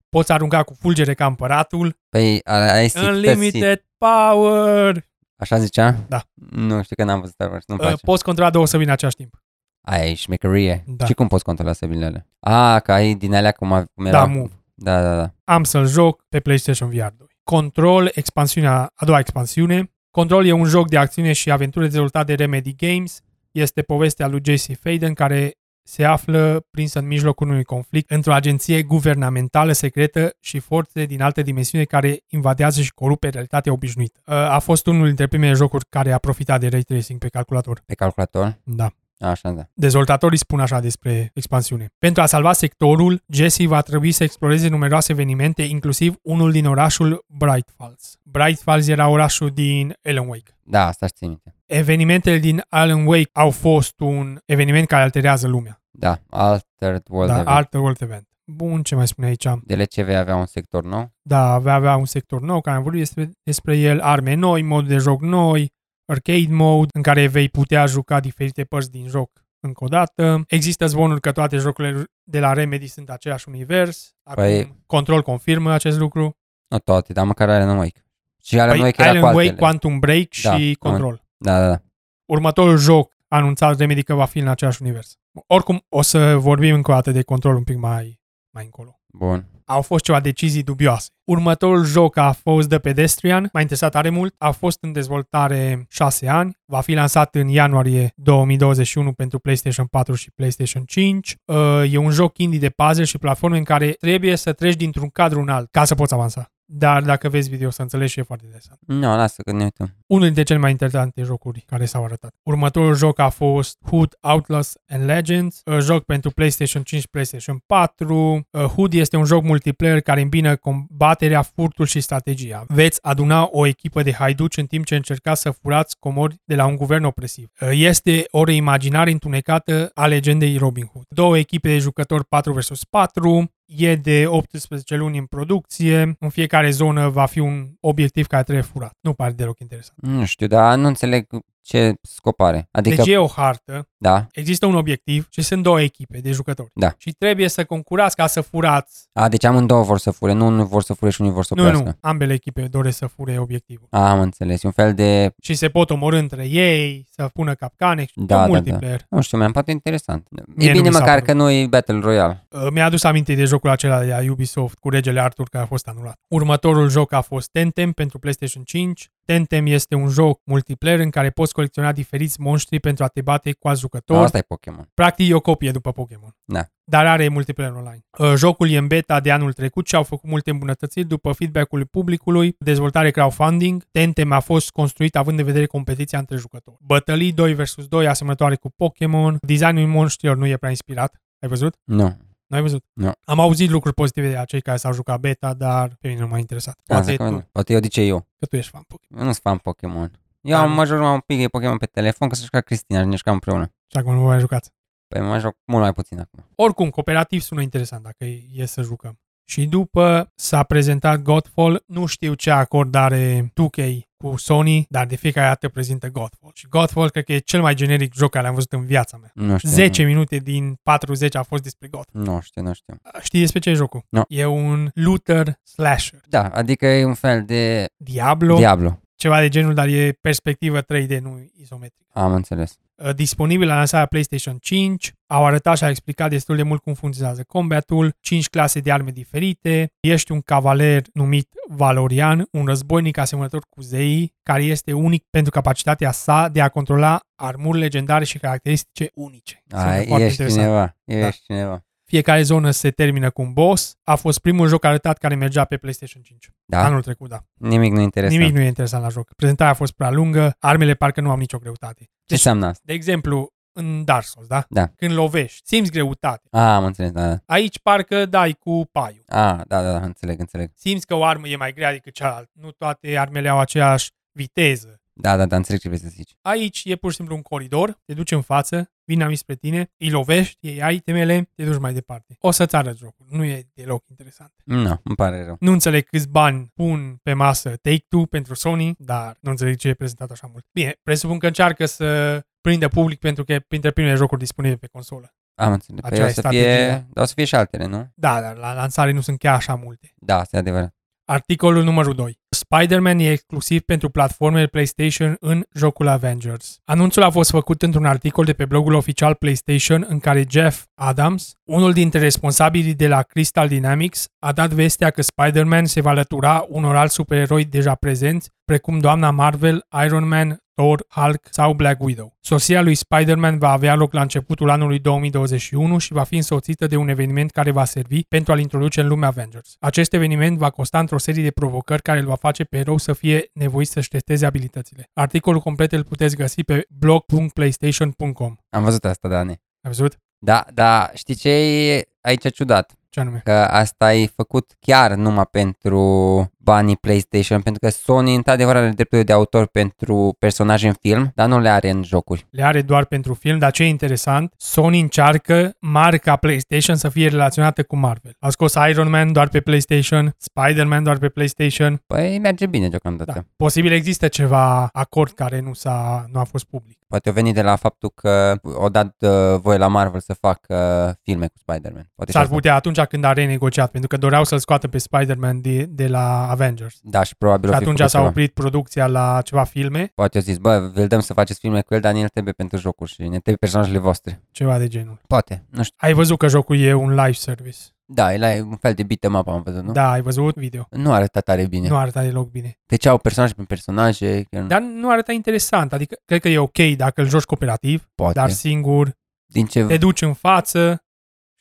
Speaker 1: poți arunca cu fulgere ca împăratul,
Speaker 2: Păi, a- ai Sith, Sith.
Speaker 1: unlimited power,
Speaker 2: Așa zicea?
Speaker 1: Da.
Speaker 2: Nu știu că n-am văzut Star Wars, nu-mi
Speaker 1: uh,
Speaker 2: place.
Speaker 1: poți controla două săbi în același timp.
Speaker 2: Aia e șmecherie.
Speaker 1: Da.
Speaker 2: Și cum poți controla săbile alea? A, că ai din alea cum, a- cum era.
Speaker 1: Da, move.
Speaker 2: Da, da, da.
Speaker 1: Am să-l joc pe PlayStation VR 2. Control, expansiunea, a doua expansiune. Control e un joc de acțiune și aventură dezvoltat de Remedy Games. Este povestea lui J.C. Faden care se află prins în mijlocul unui conflict într-o agenție guvernamentală secretă și forțe din alte dimensiuni care invadează și corupe realitatea obișnuită. Uh, A a fost unul dintre primele jocuri care a profitat de ray tracing pe calculator.
Speaker 2: Pe calculator?
Speaker 1: Da.
Speaker 2: Așa, da.
Speaker 1: Dezvoltatorii spun așa despre expansiune. Pentru a salva sectorul, Jesse va trebui să exploreze numeroase evenimente, inclusiv unul din orașul Bright Falls. Bright Falls era orașul din Alan Wake.
Speaker 2: Da, asta știu minte.
Speaker 1: Evenimentele din Alan Wake au fost un eveniment care alterează lumea.
Speaker 2: Da, Altered World
Speaker 1: Da,
Speaker 2: Event.
Speaker 1: Alterworld Event. Bun, ce mai spune aici?
Speaker 2: DLC vei avea un sector nou?
Speaker 1: Da, va avea un sector nou, care am vorbit despre, despre el, arme noi, mod de joc noi, arcade mode, în care vei putea juca diferite părți din joc încă o dată. Există zvonuri că toate jocurile de la Remedy sunt același univers. Acum,
Speaker 2: Păi-
Speaker 1: Control confirmă acest lucru.
Speaker 2: Nu toate, dar măcar Alan Wake. Și Alan Wake era
Speaker 1: Alan
Speaker 2: cu altele.
Speaker 1: Păi, Wake, Quantum Break
Speaker 2: Da,
Speaker 1: și Control.
Speaker 2: Da, da, da.
Speaker 1: Următorul joc anunțat Remedy că va fi în același univers. Oricum, o să vorbim încă o dată de Control un pic mai, mai încolo.
Speaker 2: Bun.
Speaker 1: au fost ceva decizii dubioase. Următorul joc a fost The Pedestrian, m-a interesat tare mult, a fost în dezvoltare 6 ani, va fi lansat în ianuarie 2021 pentru PlayStation 4 și PlayStation 5. Uh, E un joc indie de puzzle și platforme în care trebuie să treci dintr-un cadru în alt ca să poți avansa. Dar dacă vezi video o să înțelegi și e foarte interesant.
Speaker 2: Nu, no, lasă că ne uităm.
Speaker 1: Unul dintre cele mai interesante jocuri care s-au arătat. Următorul joc a fost Hood Outlaws and Legends, uh, joc pentru PlayStation 5 PlayStation 4. Uh, Hood este un joc multiplayer care îmbină combaterea, furtul și strategia. Veți aduna o echipă de haiduci în timp ce încercați să furați comori de la un guvern opresiv. Uh, Este o reimaginare întunecată a legendei Robin Hood. Două echipe de jucători 4 vs 4, e de 18 luni în producție, în fiecare zonă va fi un obiectiv care trebuie furat. Nu pare deloc interesant.
Speaker 2: Nu știu, dar nu înțeleg ce scop are. Adică,
Speaker 1: Deci e o hartă,
Speaker 2: da,
Speaker 1: există un obiectiv și sunt două echipe de jucători.
Speaker 2: Da.
Speaker 1: Și trebuie să concurați ca să furați.
Speaker 2: A, deci amândouă vor să fure, nu unul vor să fure și unii vor să
Speaker 1: Nu,
Speaker 2: oprească.
Speaker 1: nu, ambele echipe doresc să fure obiectivul.
Speaker 2: A, am înțeles, e un fel de,
Speaker 1: Și se pot omorâ între ei, să pună capcane, și
Speaker 2: Da, da, da.
Speaker 1: multiplayer.
Speaker 2: nu știu, mi-am poate interesant.
Speaker 1: Mie
Speaker 2: e
Speaker 1: nu
Speaker 2: bine
Speaker 1: mi s-a
Speaker 2: măcar
Speaker 1: părut.
Speaker 2: că nu e Battle Royale.
Speaker 1: Uh, Mi-a adus aminte de jocul acela de la Ubisoft cu regele Arthur care a fost anulat. Următorul joc a fost Tentem pentru PlayStation 5. Tentem este un joc multiplayer în care poți colecționa diferiți monștri pentru a te bate cu alți
Speaker 2: Nu,
Speaker 1: jucători.
Speaker 2: asta e Pokémon.
Speaker 1: Practic e o copie după Pokémon.
Speaker 2: Da.
Speaker 1: Dar are multiplayer online. Uh, Jocul e în beta de anul trecut și au făcut multe îmbunătățiri după feedback-ul publicului, dezvoltare crowdfunding. Tentem a fost construit având în vedere competiția între jucători. Bătălii 2 vs 2 asemănătoare cu Pokémon. Designul monștrilor nu e prea inspirat. Ai văzut?
Speaker 2: Nu.
Speaker 1: Nu ai văzut?
Speaker 2: Nu.
Speaker 1: Am auzit lucruri pozitive de la cei care s-au jucat beta, dar pe mine nu m-a interesat.
Speaker 2: Poate,
Speaker 1: Poate
Speaker 2: Da, că, nu.
Speaker 1: tu,
Speaker 2: poate eu de ce eu.
Speaker 1: că tu ești fan Pokémon.
Speaker 2: Eu nu sunt fan Pokémon. Eu
Speaker 1: Da,
Speaker 2: am
Speaker 1: nu.
Speaker 2: mă joc mai un pic de Pokémon pe telefon, că să ca Cristina și ne jucam împreună.
Speaker 1: Și acum nu vă mai jucați.
Speaker 2: Păi mă joc mult mai puțin acum.
Speaker 1: Oricum, cooperativ sună interesant dacă e să jucăm. Și după s-a prezentat Godfall, nu știu ce acord are 2K cu Sony, dar de fiecare dată prezintă Godfall. Și Godfall cred că e cel mai generic joc care l-am văzut în viața mea.
Speaker 2: Nu știu.
Speaker 1: 10 minute din 40 a fost despre Godfall.
Speaker 2: Nu știu, nu știu.
Speaker 1: Știi despre ce e jocul?
Speaker 2: Nu.
Speaker 1: E un looter slasher.
Speaker 2: Da, adică e un fel de
Speaker 1: Diablo, Diablo,
Speaker 2: Diablo.
Speaker 1: ceva de genul, dar e perspectivă 3D, nu izometric.
Speaker 2: Am înțeles.
Speaker 1: Uh, disponibil la lansarea PlayStation 5. Au arătat și au explicat destul de mult cum funcționează combatul, 5 clase de arme diferite, ești un cavaler numit Valorian, un războinic asemănător cu zeii, care este unic pentru capacitatea sa de a controla armuri legendare și caracteristice unice. Sună
Speaker 2: A, ești
Speaker 1: foarte interesant.
Speaker 2: cineva,
Speaker 1: Da.
Speaker 2: ești cineva.
Speaker 1: Fiecare zonă se termină cu un boss. A fost primul joc arătat care mergea pe PlayStation 5.
Speaker 2: Da?
Speaker 1: Anul trecut, da.
Speaker 2: Nimic nu interesant.
Speaker 1: Nimic nu e interesant la joc. Prezentarea a fost prea lungă, armele parcă nu au nicio greutate.
Speaker 2: Ce înseamnă asta?
Speaker 1: De exemplu, în Dark Souls, da?
Speaker 2: Da.
Speaker 1: Când lovești, simți greutate.
Speaker 2: A, am înțeles, da, da.
Speaker 1: Aici parcă dai cu paiul.
Speaker 2: A, da, da, da, înțeleg, înțeleg.
Speaker 1: Simți că o armă e mai grea decât cealaltă. Nu toate armele au aceeași viteză.
Speaker 2: Da, da, da, înțeleg ce vrei să zici.
Speaker 1: Aici e pur și simplu un coridor, te duci în față, vin amici spre tine, îi lovești, îi ai temele, te duci mai departe. O să-ți arăt jocul, nu e deloc interesant.
Speaker 2: Nu, no, îmi pare rău.
Speaker 1: Nu înțeleg câți bani pun pe masă Take-Two pentru Sony, dar nu înțeleg ce e prezentat așa mult. Bine, presupun că încearcă să prindă public pentru că e printre primele jocuri disponibile pe consolă.
Speaker 2: Am înțeles. Păi
Speaker 1: Aceea
Speaker 2: o
Speaker 1: e
Speaker 2: să
Speaker 1: strategia.
Speaker 2: fie, dar o să fie și altele, nu?
Speaker 1: Da, dar la lansare nu sunt chiar așa multe.
Speaker 2: Da, asta e adevărat.
Speaker 1: Articolul numărul 2. Spider-Man e exclusiv pentru platformele PlayStation în jocul Avengers. Anunțul a fost făcut într-un articol de pe blogul oficial PlayStation în care Jeff Adams, unul dintre responsabilii de la Crystal Dynamics, a dat vestea că Spider-Man se va alătura unor alți supereroi deja prezenți, precum doamna Marvel, Iron Man, Thor, Hulk sau Black Widow. Sosirea lui Spider-Man va avea loc la începutul anului 2021 și va fi însoțită de un eveniment care va servi pentru a-l introduce în lumea Avengers. Acest eveniment va consta într-o serie de provocări care îl va face pe erou să fie nevoit să-și testeze abilitățile. Articolul complet îl puteți găsi pe blog.playstation.com.
Speaker 2: Am văzut asta, Dane.
Speaker 1: Ai văzut?
Speaker 2: Da, da, știi ce e aici ciudat?
Speaker 1: Ce anume?
Speaker 2: Că asta e făcut chiar numai pentru banii PlayStation, pentru că Sony într-adevăr are drepturile de autor pentru personaje în film, dar nu le are în jocuri.
Speaker 1: Le are doar pentru film, dar ce e interesant, Sony încearcă marca PlayStation să fie relaționată cu Marvel. A scos Iron Man doar pe PlayStation, Spider-Man doar pe PlayStation.
Speaker 2: Păi merge bine deocamdată.
Speaker 1: Da.
Speaker 2: Da.
Speaker 1: Posibil există ceva acord care nu, s-a, nu a fost public.
Speaker 2: Poate o venit de la faptul că o dat uh, voie la Marvel să facă uh, filme cu Spider-Man. Poate și
Speaker 1: S-ar
Speaker 2: Deci asta.
Speaker 1: putea atunci când a renegociat, pentru că doreau să-l scoată pe Spider-Man de, de la Avengers.
Speaker 2: Da, și probabil
Speaker 1: Și
Speaker 2: o fi
Speaker 1: atunci
Speaker 2: făcut
Speaker 1: s-a
Speaker 2: ceva.
Speaker 1: oprit producția la ceva filme,
Speaker 2: Poate au zis, bă, vi-l dăm să faceți filme cu el, dar ne trebuie pentru jocuri și ne trebuie personajele voastre.
Speaker 1: ceva de genul.
Speaker 2: Poate, nu știu.
Speaker 1: Ai văzut că jocul e un live service.
Speaker 2: Da, el e un fel de beat em up, am văzut, nu?
Speaker 1: Da, ai văzut video.
Speaker 2: Nu arăta tare bine.
Speaker 1: Nu arăta deloc bine.
Speaker 2: Deci au personaje prin personaje, chiar da,
Speaker 1: Dar nu arăta interesant. Adică cred că e ok dacă îl joci cooperativ,
Speaker 2: poate.
Speaker 1: dar
Speaker 2: Dar,
Speaker 1: singur,
Speaker 2: Din ce,
Speaker 1: te duci în față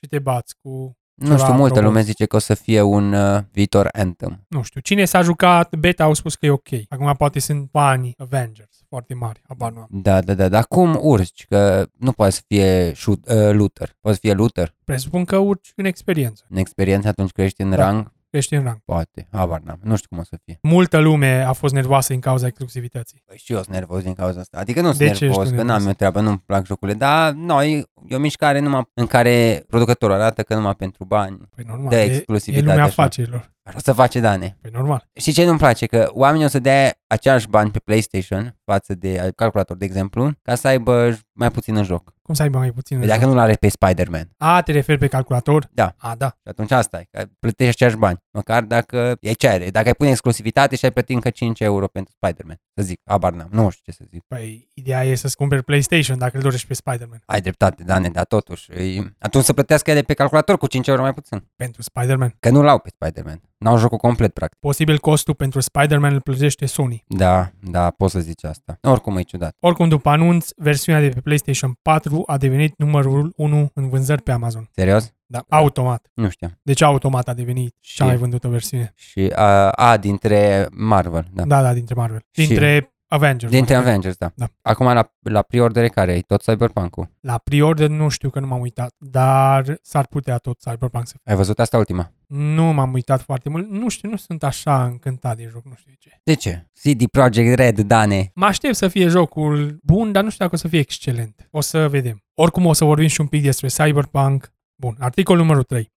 Speaker 1: și te bați cu,
Speaker 2: nu știu,
Speaker 1: ceva
Speaker 2: multă
Speaker 1: robot.
Speaker 2: lume zice că o să fie un uh, viitor Anthem.
Speaker 1: nu știu, cine s-a jucat, beta au spus că e ok. Acum poate sunt fani Avengers foarte mari, habar nu am.
Speaker 2: Da, da, da, dar cum urci? Că nu poate să fie shoot, uh, looter. Poate să fie looter
Speaker 1: Presupun că urci în experiență,
Speaker 2: în experiență atunci când ești în
Speaker 1: Da.
Speaker 2: da. rang?
Speaker 1: crești în rang.
Speaker 2: Poate, habar n-am. Nu știu cum o să fie.
Speaker 1: Multă lume a fost nervoasă din cauza exclusivității.
Speaker 2: Păi și eu sunt nervos din cauza asta. Adică nu sunt
Speaker 1: De ce ești
Speaker 2: nervos,
Speaker 1: tu
Speaker 2: că
Speaker 1: nervos?
Speaker 2: n-am eu treabă, nu-mi plac jocurile, dar noi, e o mișcare numai în care producătorul arată că numai pentru bani
Speaker 1: Păi normal,
Speaker 2: dă
Speaker 1: e, e
Speaker 2: exclusivitate.
Speaker 1: lumea
Speaker 2: Da, așa.
Speaker 1: afacerilor.
Speaker 2: O să face dane.
Speaker 1: Păi normal.
Speaker 2: Și ce nu-mi place? Că oamenii o să dea aceiași bani pe PlayStation față de calculator, de exemplu, ca să aibă mai puțin în joc.
Speaker 1: Cum să aibă mai puțin?
Speaker 2: Păi dacă nu-l are pe Spider-Man.
Speaker 1: A, te referi pe calculator?
Speaker 2: Da.
Speaker 1: A, da.
Speaker 2: Și atunci asta e, că plătești aceiași bani, măcar dacă e cere. Dacă ai pune exclusivitate și ai plăti încă 5 euro pentru Spider-Man. Să zic, abar n-am, nu știu ce să zic.
Speaker 1: Păi ideea e să-ți cumperi PlayStation dacă îl dorești pe Spider-Man.
Speaker 2: Ai dreptate, Dane, dar totuși, e... atunci să plătească ele pe calculator cu 5 euro mai puțin.
Speaker 1: Pentru Spider-Man.
Speaker 2: Că nu-l au pe Spider-Man. N-au jocul complet, practic.
Speaker 1: Posibil costul pentru Spider-Man îl plătește Sony.
Speaker 2: Da, da, poți să zici asta. Oricum e ciudat.
Speaker 1: Oricum, după anunț, versiunea de pe PlayStation 4 a devenit numărul 1 în vânzări pe Amazon.
Speaker 2: Serios?
Speaker 1: Da. Automat.
Speaker 2: Nu știu.
Speaker 1: Deci automat a devenit
Speaker 2: Și-
Speaker 1: cea mai vândută versiune.
Speaker 2: Și a, a dintre Marvel, da.
Speaker 1: Da, da, dintre Marvel.
Speaker 2: Și-
Speaker 1: Dintre Avengers.
Speaker 2: Dintre
Speaker 1: mă refer.
Speaker 2: Avengers, da.
Speaker 1: Da.
Speaker 2: Acum la, la preordere care e? Tot Cyberpunk-ul.
Speaker 1: La pre-order nu știu că nu m-am uitat, dar s-ar putea tot Cyberpunk să
Speaker 2: Ai văzut asta ultima?
Speaker 1: Nu m-am uitat foarte mult. Nu știu, nu sunt așa încântat de joc, nu știu de ce.
Speaker 2: De ce? CD Projekt Red, Dane.
Speaker 1: Mă aștept să fie jocul bun, dar nu știu dacă o să fie excelent. O să vedem. Oricum o să vorbim și un pic despre Cyberpunk. Bun, articol numărul 3.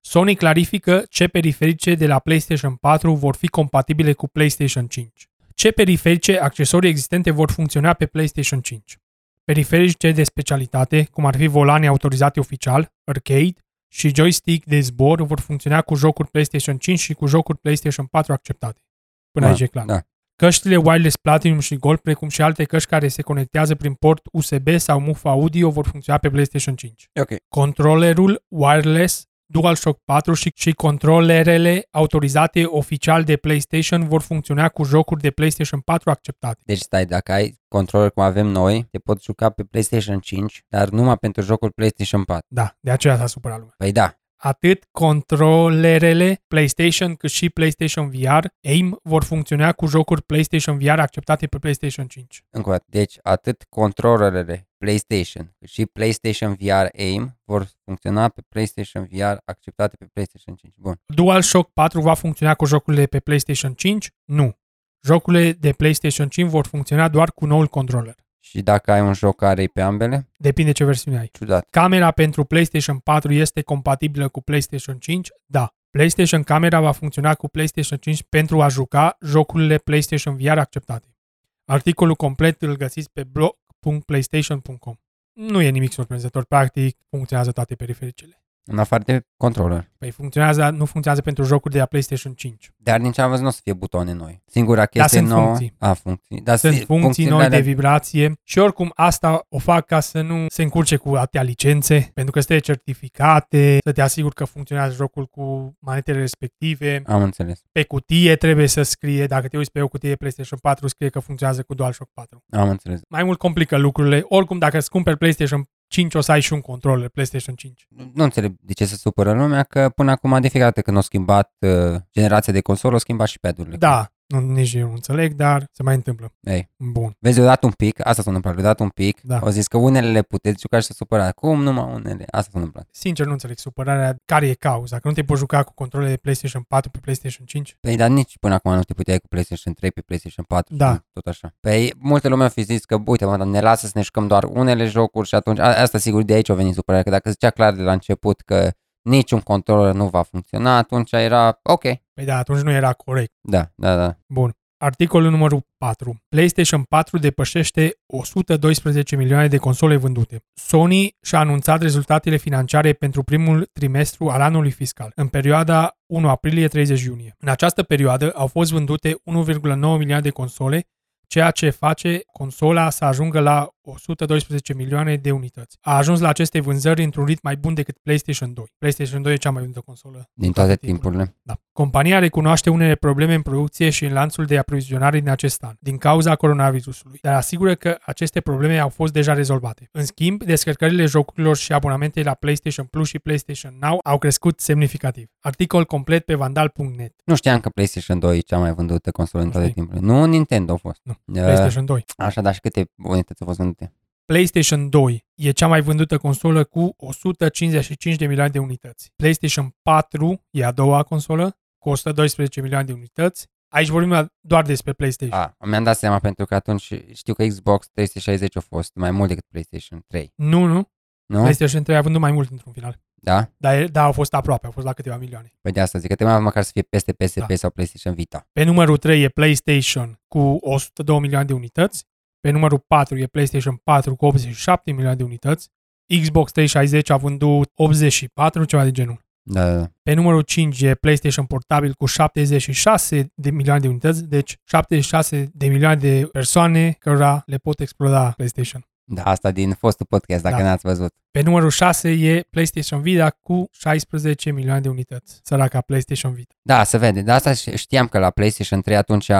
Speaker 1: Sony clarifică ce periferice de la PlayStation 4 vor fi compatibile cu PlayStation 5. Ce periferice accesorii existente vor funcționa pe PlayStation 5? Periferice de specialitate, cum ar fi volane autorizate oficial, arcade, și joystick de zbor vor funcționa cu jocuri PlayStation 5 și cu jocuri PlayStation 4 acceptate. Până
Speaker 2: Da,
Speaker 1: aici e clar.
Speaker 2: da.
Speaker 1: Căștile wireless Platinum și Gold, precum și alte căști care se conectează prin port USB sau MUF audio, vor funcționa pe PlayStation 5.
Speaker 2: E ok.
Speaker 1: Controllerul wireless DualShock 4 și, și controlerele autorizate oficial de PlayStation vor funcționa cu jocuri de PlayStation 4 acceptate.
Speaker 2: Deci stai, dacă ai controller cum avem noi, te poți juca pe PlayStation 5, dar numai pentru jocul PlayStation 4.
Speaker 1: Da, de aceea s-a supărat lumea.
Speaker 2: Păi da,
Speaker 1: Atât controlerele PlayStation cât și PlayStation VR AIM vor funcționa cu jocuri PlayStation VR acceptate pe PlayStation 5.
Speaker 2: încă o dată. Deci atât controlerele PlayStation cât și PlayStation VR AIM vor funcționa pe PlayStation VR acceptate pe PlayStation 5. Bun.
Speaker 1: DualShock 4 va funcționa cu jocurile pe PlayStation 5? Nu. Jocurile de PlayStation 5 vor funcționa doar cu noul controller.
Speaker 2: Și dacă ai un joc care e pe ambele,
Speaker 1: Depinde ce versiune ai.
Speaker 2: ciudat.
Speaker 1: Camera pentru PlayStation 4 este compatibilă cu PlayStation 5? Da. PlayStation Camera va funcționa cu PlayStation 5 pentru a juca jocurile PlayStation VR acceptate. Articolul complet îl găsiți pe blog.playstation.com. Nu e nimic surprinzător, practic funcționează toate perifericele.
Speaker 2: În afară de controller.
Speaker 1: Păi funcționează, nu funcționează pentru jocuri de la PlayStation 5.
Speaker 2: Dar din ce am văzut nu o să fie butoane noi. Singura chestie
Speaker 1: sunt
Speaker 2: nouă...
Speaker 1: funcții.
Speaker 2: A, funcții. Dar
Speaker 1: Sunt
Speaker 2: si-
Speaker 1: funcții
Speaker 2: funcțiile
Speaker 1: noi de
Speaker 2: alea-
Speaker 1: vibrație și oricum asta o fac ca să nu se încurce cu atâtea licențe, pentru că să te certificate, să te asiguri că funcționează jocul cu manetele respective.
Speaker 2: Am înțeles,
Speaker 1: Pe cutie trebuie să scrie, dacă te uiți pe o cutie PlayStation 4, scrie că funcționează cu DualShock 4.
Speaker 2: am înțeles.
Speaker 1: Mai mult complică lucrurile. Oricum, dacă îți cumperi PlayStation 5, o să ai și un controller PlayStation 5.
Speaker 2: Nu înțeleg de ce se supără lumea, că până acum de fiecare dată când au schimbat uh, generația de console, au schimbat și pad-urile.
Speaker 1: Da, Nu, nici eu nu înțeleg, dar se mai întâmplă.
Speaker 2: Ei.
Speaker 1: Bun.
Speaker 2: Vezi, le-a dat un pic, asta s-a întâmplat, le-a dat un pic,
Speaker 1: Da.
Speaker 2: au zis că unele le puteți juca și s-a supărat. Cum numai unele? Asta s-a întâmplat.
Speaker 1: Sincer, nu înțeleg supărarea care e cauza. Că nu te poți juca cu controlele de PlayStation 4 pe PlayStation 5?
Speaker 2: Păi, dar nici până acum nu te puteai cu PlayStation 3 pe PlayStation 4
Speaker 1: Da.
Speaker 2: și tot așa. Păi, multe lume au fi zis că, uite, mă, dar ne lasă să ne jucăm doar unele jocuri și atunci, a, asta sigur de aici a venit supărarea, că dacă zicea clar de la început că niciun controller nu va funcționa, atunci era ok.
Speaker 1: Păi da, atunci nu era corect.
Speaker 2: Da, da, da.
Speaker 1: Bun. Articolul numărul 4. PlayStation 4 depășește 112 milioane de console vândute. Sony și-a anunțat rezultatele financiare pentru primul trimestru al anului fiscal, în perioada 1 aprilie-30 iunie. În această perioadă au fost vândute 1,9 milioane de console, ceea ce face consola să ajungă la 112 milioane de unități. A ajuns la aceste vânzări într-un ritm mai bun decât PlayStation 2. PlayStation 2 e cea mai vândută consolă
Speaker 2: Din toate timpurile.
Speaker 1: da. Compania recunoaște unele probleme în producție și în lanțul de aprovizionare din acest an, din cauza coronavirusului, dar asigură că aceste probleme au fost deja rezolvate. În schimb, descărcările jocurilor și abonamente la PlayStation Plus și PlayStation Now au crescut semnificativ. Articol complet pe vandal.net.
Speaker 2: Nu știam că PlayStation 2 e cea mai vândută consolă din
Speaker 1: Nu
Speaker 2: toate
Speaker 1: știi.
Speaker 2: timpurile. Nu Nintendo a fost.
Speaker 1: Nu,
Speaker 2: Uh,
Speaker 1: PlayStation 2.
Speaker 2: Așa, dar și câte unități au fost vândute?
Speaker 1: PlayStation 2 e cea mai vândută consolă cu 155 de milioane de unități. PlayStation 4 e a doua consolă cu 112 milioane de unități. Aici vorbim doar despre PlayStation.
Speaker 2: A, mi-am dat seama pentru că atunci știu că Xbox 360 a fost mai mult decât PlayStation 3.
Speaker 1: Nu, nu,
Speaker 2: Nu?
Speaker 1: PlayStation 3 a vândut mai mult într-un final.
Speaker 2: Da?
Speaker 1: Dar, dar au fost aproape, au fost la câteva milioane.
Speaker 2: Păi de asta zic că te mai măcar să fie peste PSP
Speaker 1: Da.
Speaker 2: da. sau PlayStation Vita.
Speaker 1: Pe numărul 3 e PlayStation cu 102 milioane de unități. Pe numărul 4 e PlayStation 4 cu 87 milioane de unități. Xbox 360 a vândut 84, ceva de genul.
Speaker 2: Da, da, da.
Speaker 1: Pe numărul 5 e PlayStation portabil cu 76 de milioane de unități, deci 76 de milioane de persoane cărora le pot exploda PlayStation.
Speaker 2: da asta din fostul podcast, dacă
Speaker 1: Da.
Speaker 2: da. n-ați văzut.
Speaker 1: Pe numărul 6 e PlayStation Vita cu 16 milioane de unități. Săraca PlayStation Vita.
Speaker 2: Da, se vede. De asta ș- știam că la PlayStation 3 atunci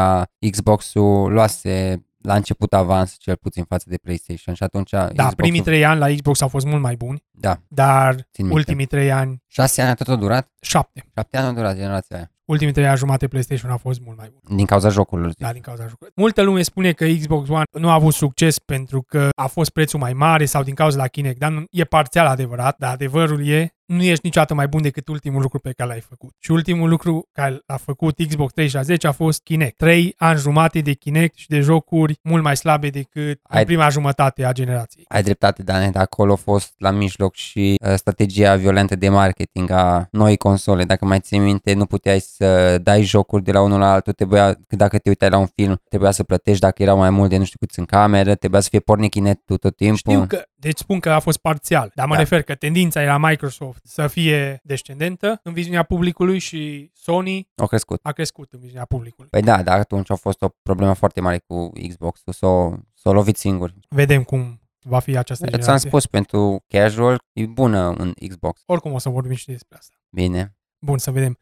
Speaker 2: Xbox-ul luase la început avans cel puțin față de PlayStation și atunci
Speaker 1: Da,
Speaker 2: Păi Xbox-ul...
Speaker 1: primii trei ani la Xbox au fost mult mai buni,
Speaker 2: Da,
Speaker 1: dar
Speaker 2: țin minte.
Speaker 1: ultimii trei ani,
Speaker 2: Șase ani a tot a durat?
Speaker 1: șapte.
Speaker 2: Șapte ani a durat generația aia.
Speaker 1: Ultimii trei ani jumate PlayStation a fost mult mai bun.
Speaker 2: Din cauza jocurilor. zic.
Speaker 1: Da, din cauza jucării. Multă lume spune că Xbox One nu a avut succes pentru că a fost prețul mai mare sau din cauza la Kinect, dar nu- e parțial adevărat, dar adevărul e nu ești niciodată mai bun decât ultimul lucru pe care l-ai făcut. Și ultimul lucru care l-a făcut Xbox 360 a fost Kinect. Trei ani jumate de Kinect și de jocuri mult mai slabe decât în
Speaker 2: Ai-
Speaker 1: prima jumătate a generației.
Speaker 2: Ai dreptate, Dane, dar acolo a fost la mijloc și uh, strategia violentă de marketing a noi console. Dacă mai ții minte, nu puteai să dai jocuri de la unul la altul, trebuia, că dacă te uitai la un film, trebuia să plătești dacă erau mai mult de nu știu câți în cameră, trebuia să fie pornit chinetul tot timpul.
Speaker 1: Știu că, deci spun că a fost parțial, dar mă da.
Speaker 2: Da.
Speaker 1: refer că tendința era Microsoft să fie descendentă în viziunea publicului și Sony
Speaker 2: Au crescut.
Speaker 1: a crescut în viziunea publicului.
Speaker 2: Păi da, dar atunci a fost o problemă foarte mare cu Xbox-ul, s-o, s-o lovit singur.
Speaker 1: Vedem cum va fi această
Speaker 2: Ți-am
Speaker 1: generație.
Speaker 2: spus, pentru casual e bună un Xbox.
Speaker 1: Oricum o să vorbim și despre asta.
Speaker 2: Bine.
Speaker 1: Bun, să vedem.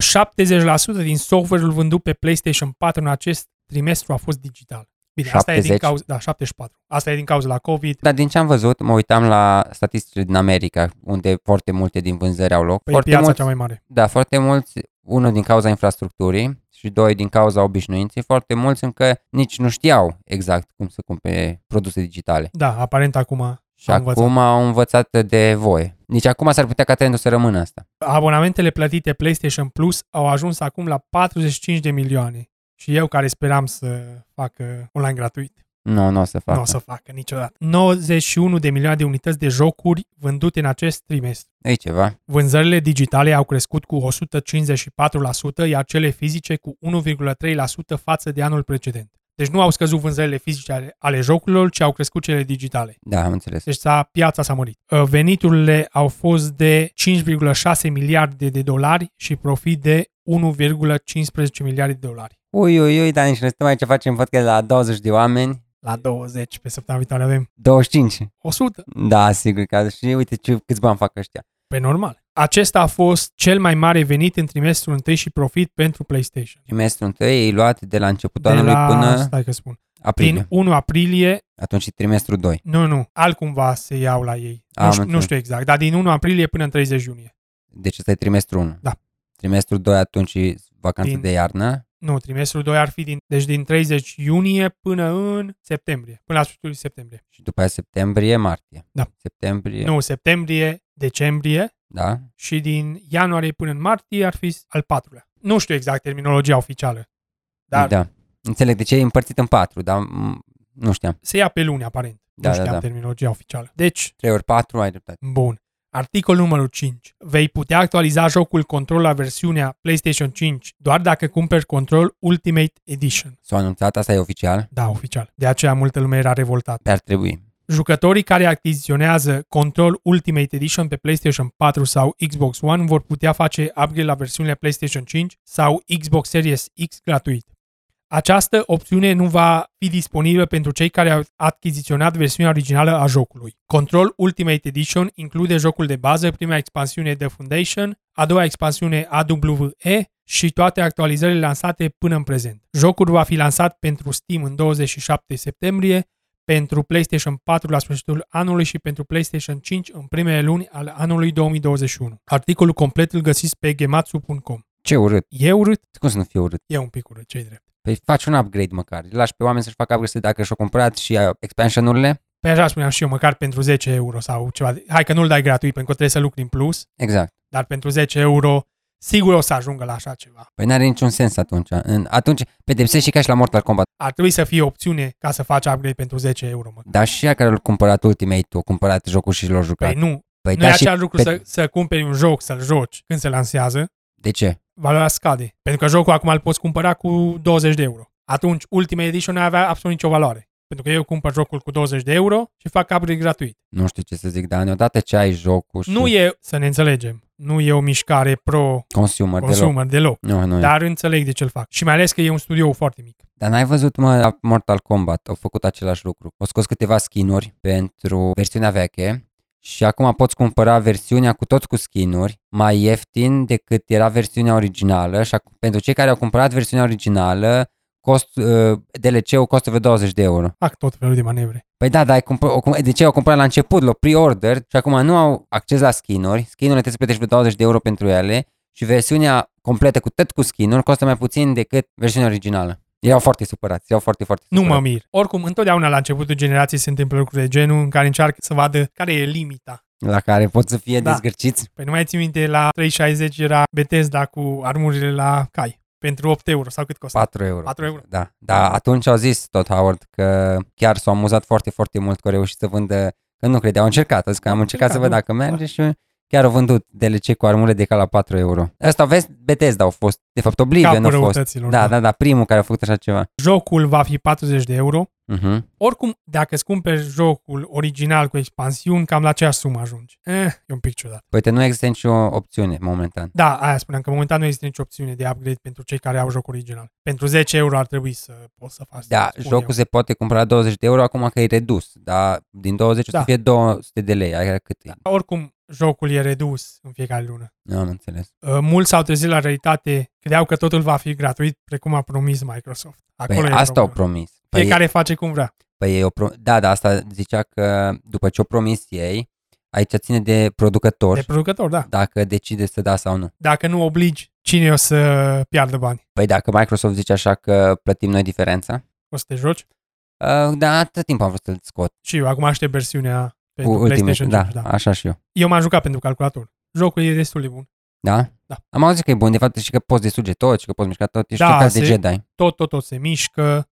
Speaker 1: 70% din software-ul vândut pe PlayStation 4 în acest trimestru a fost digital. Bine, asta e din
Speaker 2: 70?
Speaker 1: cauza, da, 74. Asta e din cauza la COVID.
Speaker 2: Dar din ce am văzut, mă uitam la statisticile din America, unde foarte multe din vânzări au loc.
Speaker 1: Păi e
Speaker 2: foarte
Speaker 1: piața
Speaker 2: mulți,
Speaker 1: cea mai mare.
Speaker 2: Da, foarte mulți, unul din cauza infrastructurii și doi din cauza obișnuinței, foarte mulți încă nici nu știau exact cum să cumpere produse digitale.
Speaker 1: Da, aparent acum
Speaker 2: Și
Speaker 1: Am
Speaker 2: acum
Speaker 1: învățat.
Speaker 2: au învățat de voi. Nici acum s-ar putea ca trendul să rămână asta.
Speaker 1: abonamentele plătite PlayStation Plus au ajuns acum la 45 de milioane. Și eu care speram să facă online gratuit,
Speaker 2: Nu, nu o să fac. da.
Speaker 1: nu o să facă niciodată. 91 de milioane de unități de jocuri vândute în acest trimestru.
Speaker 2: E ceva.
Speaker 1: Vânzările digitale au crescut cu 154%, iar cele fizice cu 1,3% față de anul precedent. Deci nu au scăzut vânzările fizice ale, ale jocurilor, ci au crescut cele digitale.
Speaker 2: Da, am înțeles.
Speaker 1: Deci s-a, piața s-a mărit. Uh, Veniturile au fost de 5,6 miliarde de dolari și profit de 1,15 miliarde de dolari.
Speaker 2: Ui, ui, ui, dar nici noi suntem aici, facem podcast la 20 de oameni.
Speaker 1: La 20 pe săptămâna viitoare avem
Speaker 2: 25.
Speaker 1: 100.
Speaker 2: Da, sigur că și uite ce, câți bani fac ăștia.
Speaker 1: Pe normal. Acesta a fost cel mai mare venit în trimestrul întâi și profit pentru PlayStation.
Speaker 2: Trimestrul întâi e luat de la începutul
Speaker 1: De
Speaker 2: anului
Speaker 1: la,
Speaker 2: până
Speaker 1: stai că spun.
Speaker 2: aprilie.
Speaker 1: Din 1 aprilie,
Speaker 2: Atunci e trimestrul 2.
Speaker 1: nu, nu, altcumva se iau la ei.
Speaker 2: Am
Speaker 1: Nu, știu, nu
Speaker 2: înțeles.
Speaker 1: știu exact, dar din 1 aprilie până în 30 iunie.
Speaker 2: Deci ăsta e trimestrul 1.
Speaker 1: Da.
Speaker 2: Trimestrul 2 atunci e vacanță
Speaker 1: Din-
Speaker 2: de iarnă.
Speaker 1: Nu, trimestrul 2 ar fi din, deci din 30 iunie până în septembrie, până la sfârșitul septembrie.
Speaker 2: Și după aia septembrie, martie.
Speaker 1: Da.
Speaker 2: Septembrie,
Speaker 1: Nu, septembrie, decembrie
Speaker 2: da?
Speaker 1: și din ianuarie până în martie ar fi al patrulea. Nu știu exact terminologia oficială, dar da.
Speaker 2: Da. Înțeleg de ce e împărțit în patru, dar mm, nu știam.
Speaker 1: se ia pe luni aparent.
Speaker 2: Da,
Speaker 1: nu
Speaker 2: da,
Speaker 1: știam
Speaker 2: da.
Speaker 1: terminologia oficială. Deci,
Speaker 2: 3 ori 4, ai dreptate.
Speaker 1: Bun. Articol numărul 5. Vei putea actualiza jocul Control la versiunea PlayStation 5 doar dacă cumperi Control Ultimate Edition.
Speaker 2: S-a anunțat, asta e oficial,
Speaker 1: Da, oficial. De aceea multă lume era revoltată.
Speaker 2: dar ar trebui.
Speaker 1: Jucătorii care achiziționează Control Ultimate Edition pe PlayStation 4 sau Xbox One vor putea face upgrade la versiunile PlayStation 5 sau Xbox Series X gratuit. Această opțiune nu va fi disponibilă pentru cei care au achiziționat versiunea originală a jocului. Control Ultimate Edition include jocul de bază, prima expansiune The Foundation, a doua expansiune AWE și toate actualizările lansate până în prezent. Jocul va fi lansat pentru Steam în 27 septembrie, pentru PlayStation 4 la sfârșitul anului și pentru PlayStation 5 în primele luni ale anului 2021. Articolul complet îl găsiți pe gematsu.com.
Speaker 2: Ce urât.
Speaker 1: E urât?
Speaker 2: Cum să nu fie urât?
Speaker 1: E un pic urât, ce drept.
Speaker 2: Păi faci un upgrade măcar. Îi Lași pe oameni să-și facă upgrade dacă și-au cumpărat și uh, expansionurile.
Speaker 1: Pe Păi așa spuneam și eu, măcar pentru 10 euro sau ceva. de- Hai că nu-l dai gratuit pentru că trebuie să lucri în plus,
Speaker 2: Exact.
Speaker 1: dar pentru 10 euro sigur o să ajungă la așa ceva.
Speaker 2: Păi n-are niciun sens atunci. În- Atunci pedepsești și ca și la Mortal Kombat.
Speaker 1: Ar trebui să fie opțiune ca să faci upgrade pentru 10 euro. Mă.
Speaker 2: Dar și ea care l-a cumpărat Ultimate-ul, a cumpărat jocul și l-a jucat.
Speaker 1: Păi nu,
Speaker 2: Păi
Speaker 1: nu e
Speaker 2: da și...
Speaker 1: același lucru
Speaker 2: pe-
Speaker 1: să, să cumperi un joc, să-l joci când se lansează,
Speaker 2: De ce?
Speaker 1: valoarea scade. Pentru că jocul acum îl poți cumpăra cu 20 de euro. Atunci, Ultimate Edition nu avea absolut nicio valoare. Pentru că eu cumpăr jocul cu 20 de euro și fac upgrade gratuit.
Speaker 2: Nu știu ce să zic, dar odată ce ai jocul și
Speaker 1: Nu e, să ne înțelegem, nu e o mișcare pro-consumer
Speaker 2: consumer, deloc.
Speaker 1: deloc.
Speaker 2: Nu, nu e.
Speaker 1: Dar înțeleg de ce îl fac. Și mai ales că e un studio foarte mic.
Speaker 2: Dar n-ai văzut, mă, la Mortal Kombat, au făcut același lucru. Au scos câteva skinuri pentru versiunea veche și acum poți cumpăra versiunea cu tot cu skinuri mai ieftin decât era versiunea originală și ac- pentru cei care au cumpărat versiunea originală, cost, uh, DLC-ul costă vreo 20 de euro.
Speaker 1: Fac tot felul de manevre.
Speaker 2: Păi da, dar ai cumpă, o, cum- de ce au cumpărat la început, la pre-order și acum nu au acces la skinuri. Skinurile trebuie să plătești vreo 20 de euro pentru ele și versiunea completă cu tot cu skinuri costă mai puțin decât versiunea originală. Erau foarte supărați, erau foarte, foarte
Speaker 1: Nu
Speaker 2: supărați.
Speaker 1: mă mir. Oricum, întotdeauna la începutul generației se întâmplă lucruri de genul în care încearcă să vadă care e limita.
Speaker 2: La care pot să fie
Speaker 1: Da.
Speaker 2: da. dezgârciți?
Speaker 1: Păi nu mai ții minte, la 360 era Bethesda cu armurile la cai. Pentru 8 euro sau cât costă.
Speaker 2: 4 euro.
Speaker 1: 4 euro.
Speaker 2: Da. Dar atunci au zis tot Howard că chiar s-au amuzat foarte, foarte mult că au reușit să vândă, că nu credeau, au încercat, au zis că am încercat să văd
Speaker 1: încercat, da.
Speaker 2: dacă merge și chiar au vândut DLC cu armure de ca la 4 euro. Asta vezi, Bethesda au fost, de fapt Oblivion
Speaker 1: Capul
Speaker 2: au fost.
Speaker 1: răutăților.
Speaker 2: Da, da, da, primul care a făcut așa ceva.
Speaker 1: Jocul va fi 40 de euro.
Speaker 2: Uh-huh.
Speaker 1: Mhm. Oricum, dacă îți cumperi jocul original cu expansiuni, cam la aceeași sumă ajungi. Eh, e un pic ciudat.
Speaker 2: Păi uite, nu există nicio opțiune momentan.
Speaker 1: Da, aia spuneam că momentan nu există nicio opțiune de upgrade pentru cei care au jocul original. Pentru 10 euro ar trebui să poți să faci.
Speaker 2: Da,
Speaker 1: spun
Speaker 2: jocul
Speaker 1: eu.
Speaker 2: se poate cumpăra la 20 de euro acum că e redus, dar din 20
Speaker 1: Da.
Speaker 2: o să fie 200 de lei, adică cât e?
Speaker 1: Oricum, jocul e redus în fiecare lună.
Speaker 2: Nu am înțeles.
Speaker 1: Uh, Mulți s-au trezit la realitate, credeau că totul va fi gratuit, precum a promis Microsoft. Acolo
Speaker 2: Păi
Speaker 1: e
Speaker 2: asta au
Speaker 1: problema.
Speaker 2: promis. Păi,
Speaker 1: Fiecare face cum vrea.
Speaker 2: Păi ei o pro- da, da, asta zicea că după ce o promis ei, aici ține de producător
Speaker 1: De producător, da.
Speaker 2: dacă decide să da sau nu.
Speaker 1: Dacă nu obligi, cine o să piardă bani?
Speaker 2: Păi dacă Microsoft zice așa că plătim noi diferența,
Speaker 1: O să te joci?
Speaker 2: uh, da, atât timp am vrut să-l scot
Speaker 1: Și eu acum aștept versiunea
Speaker 2: cu
Speaker 1: pentru
Speaker 2: Ultimate.
Speaker 1: Păi PlayStation
Speaker 2: Da,
Speaker 1: 5, da.
Speaker 2: așa și eu.
Speaker 1: Eu m-am jucat pentru calculator. Jocul e destul de bun.
Speaker 2: Da?
Speaker 1: Da.
Speaker 2: Am auzit că e bun, de fapt, și că poți distruge tot, și că poți mișca tot, ești
Speaker 1: Da,
Speaker 2: da, de
Speaker 1: se-
Speaker 2: Jedi.
Speaker 1: Tot, tot, tot se mișcă.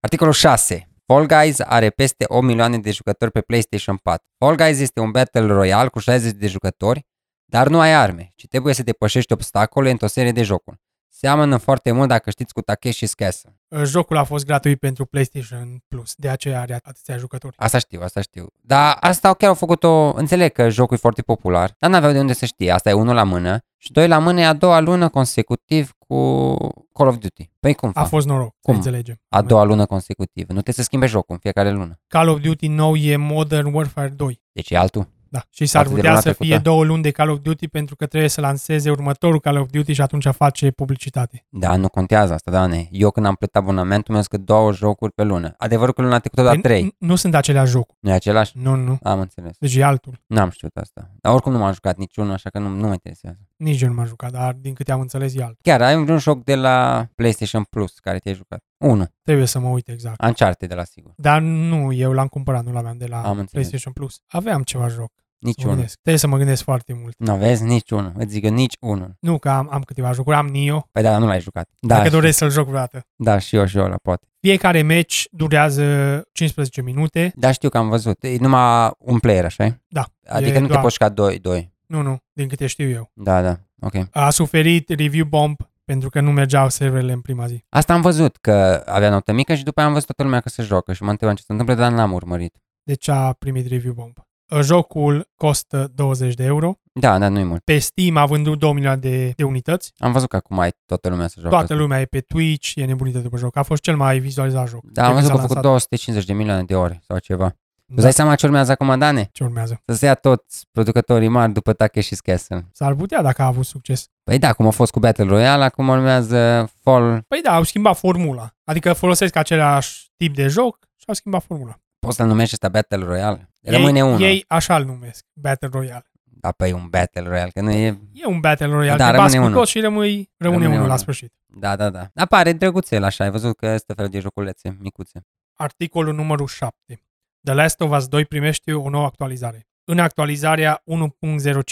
Speaker 2: Articolul 6. Fall Guys are peste 8 milioane de jucători pe PlayStation 4. Fall Guys este un battle royal cu 60 de jucători, dar nu ai arme, ci trebuie să depășești obstacole într-o serie de jocuri. Seamănă foarte mult dacă știți cu Takeshi's Castle.
Speaker 1: Uh, Jocul a fost gratuit pentru PlayStation Plus, de aceea are atâția jucători.
Speaker 2: Asta știu, asta știu. Dar asta chiar au făcut-o, înțeleg că jocul e foarte popular, dar n-aveau de unde să știe. Asta e unul la mână și doi la mână e a doua lună consecutiv cu Call of Duty. Păi cum
Speaker 1: A
Speaker 2: fac?
Speaker 1: fost noroc, să
Speaker 2: Cum?
Speaker 1: înțelegem.
Speaker 2: A doua lună consecutiv. Nu trebuie să schimbe jocul în fiecare lună.
Speaker 1: Call of Duty nou e Modern Warfare 2.
Speaker 2: Deci e altul.
Speaker 1: Da. Și s-ar
Speaker 2: Față de da.
Speaker 1: putea
Speaker 2: luna
Speaker 1: să fie
Speaker 2: trecută.
Speaker 1: două luni de Call of Duty pentru că trebuie să lanseze următorul Call of Duty și atunci face publicitate.
Speaker 2: Da, nu contează asta, Dane. Eu când am plătit abonamentul, mi-am zis că două jocuri pe lună. Adevărul că luna trecută da
Speaker 1: Păi nu-
Speaker 2: trei.
Speaker 1: Nu sunt aceleași jocuri.
Speaker 2: Nu e același?
Speaker 1: Nu, nu.
Speaker 2: Am înțeles.
Speaker 1: Deci e altul.
Speaker 2: N-am știut asta. Dar oricum nu m-am jucat niciunul, așa că nu, nu mă interesează.
Speaker 1: Nici eu nu m-am jucat, dar din câte am înțeles e alt.
Speaker 2: Chiar, ai un joc de la PlayStation Plus care te-ai jucat? Unu.
Speaker 1: Trebuie să mă uit exact.
Speaker 2: Uncharted de la sigur.
Speaker 1: Dar nu, eu l-am cumpărat, nu l-aveam de la
Speaker 2: Am înțeles.
Speaker 1: PlayStation Plus. Aveam ceva joc. Să mă
Speaker 2: Niciunul.
Speaker 1: gândesc. Trebuie să mă gândesc foarte mult.
Speaker 2: Nu vezi niciunul. Îți zic eu niciunul.
Speaker 1: Nu că am, am câteva jocuri, am Nio,
Speaker 2: Păi da, nu l-ai jucat. Da,
Speaker 1: da, dacă
Speaker 2: și-
Speaker 1: doresc să-l joc vreodată.
Speaker 2: da, și eu și eu la poate.
Speaker 1: Fiecare meci durează 15 minute.
Speaker 2: Da, știu că am văzut. E numai un player, așa
Speaker 1: Da.
Speaker 2: Adică
Speaker 1: E
Speaker 2: nu te
Speaker 1: doar-
Speaker 2: poți juca doi, doi.
Speaker 1: Nu, nu, din câte știu eu.
Speaker 2: Da, da. Ok.
Speaker 1: A suferit review bomb pentru că nu mergeau serverele în prima zi.
Speaker 2: Asta am văzut că avea notă mică și după aia am văzut toată lumea că se joacă și mă întrebam ce se întâmplă, dar n-am urmărit.
Speaker 1: Deci a primit review bomb. Jocul costă 20 de euro.
Speaker 2: Da, da, nu-i mult.
Speaker 1: Pe Steam a vândut 2 milioane de, de unități.
Speaker 2: Am văzut că acum ai toată lumea să joacă.
Speaker 1: Toată
Speaker 2: asta.
Speaker 1: lumea e pe Twitch, e nebunită după joc. A fost cel mai vizualizat joc.
Speaker 2: Da,
Speaker 1: de când
Speaker 2: am văzut
Speaker 1: s-a
Speaker 2: că a făcut
Speaker 1: lansat.
Speaker 2: 250 de milioane de ore sau ceva. Da. Îți
Speaker 1: Da,
Speaker 2: dai seama ce urmează acum, Dane?
Speaker 1: ce urmează.
Speaker 2: Să se ia toți producătorii mari după Takeshi's Castle.
Speaker 1: S-ar putea dacă a avut succes.
Speaker 2: Păi da, cum a fost cu Battle Royale, acum urmează Fall.
Speaker 1: Păi da, au schimbat formula. Adică folosesc același tip de joc și au schimbat formula.
Speaker 2: Poți să-l numești ăsta Battle Royale? Rămâne
Speaker 1: ei,
Speaker 2: unul.
Speaker 1: Ei așa îl numesc, Battle Royale.
Speaker 2: Da, păi un Battle Royale, că nu e...
Speaker 1: E un Battle Royale,
Speaker 2: Da,
Speaker 1: da, te
Speaker 2: rămâne
Speaker 1: bați cu
Speaker 2: unul.
Speaker 1: toți și rămâi, rămâne,
Speaker 2: Rămâne
Speaker 1: rămâne unul la
Speaker 2: unul.
Speaker 1: sfârșit.
Speaker 2: Da, da, da. Dar pare drăguțel așa, ai văzut că este fel de joculețe micuțe.
Speaker 1: Articolul numărul 7. The Last of Us 2 primește o nouă actualizare. În actualizarea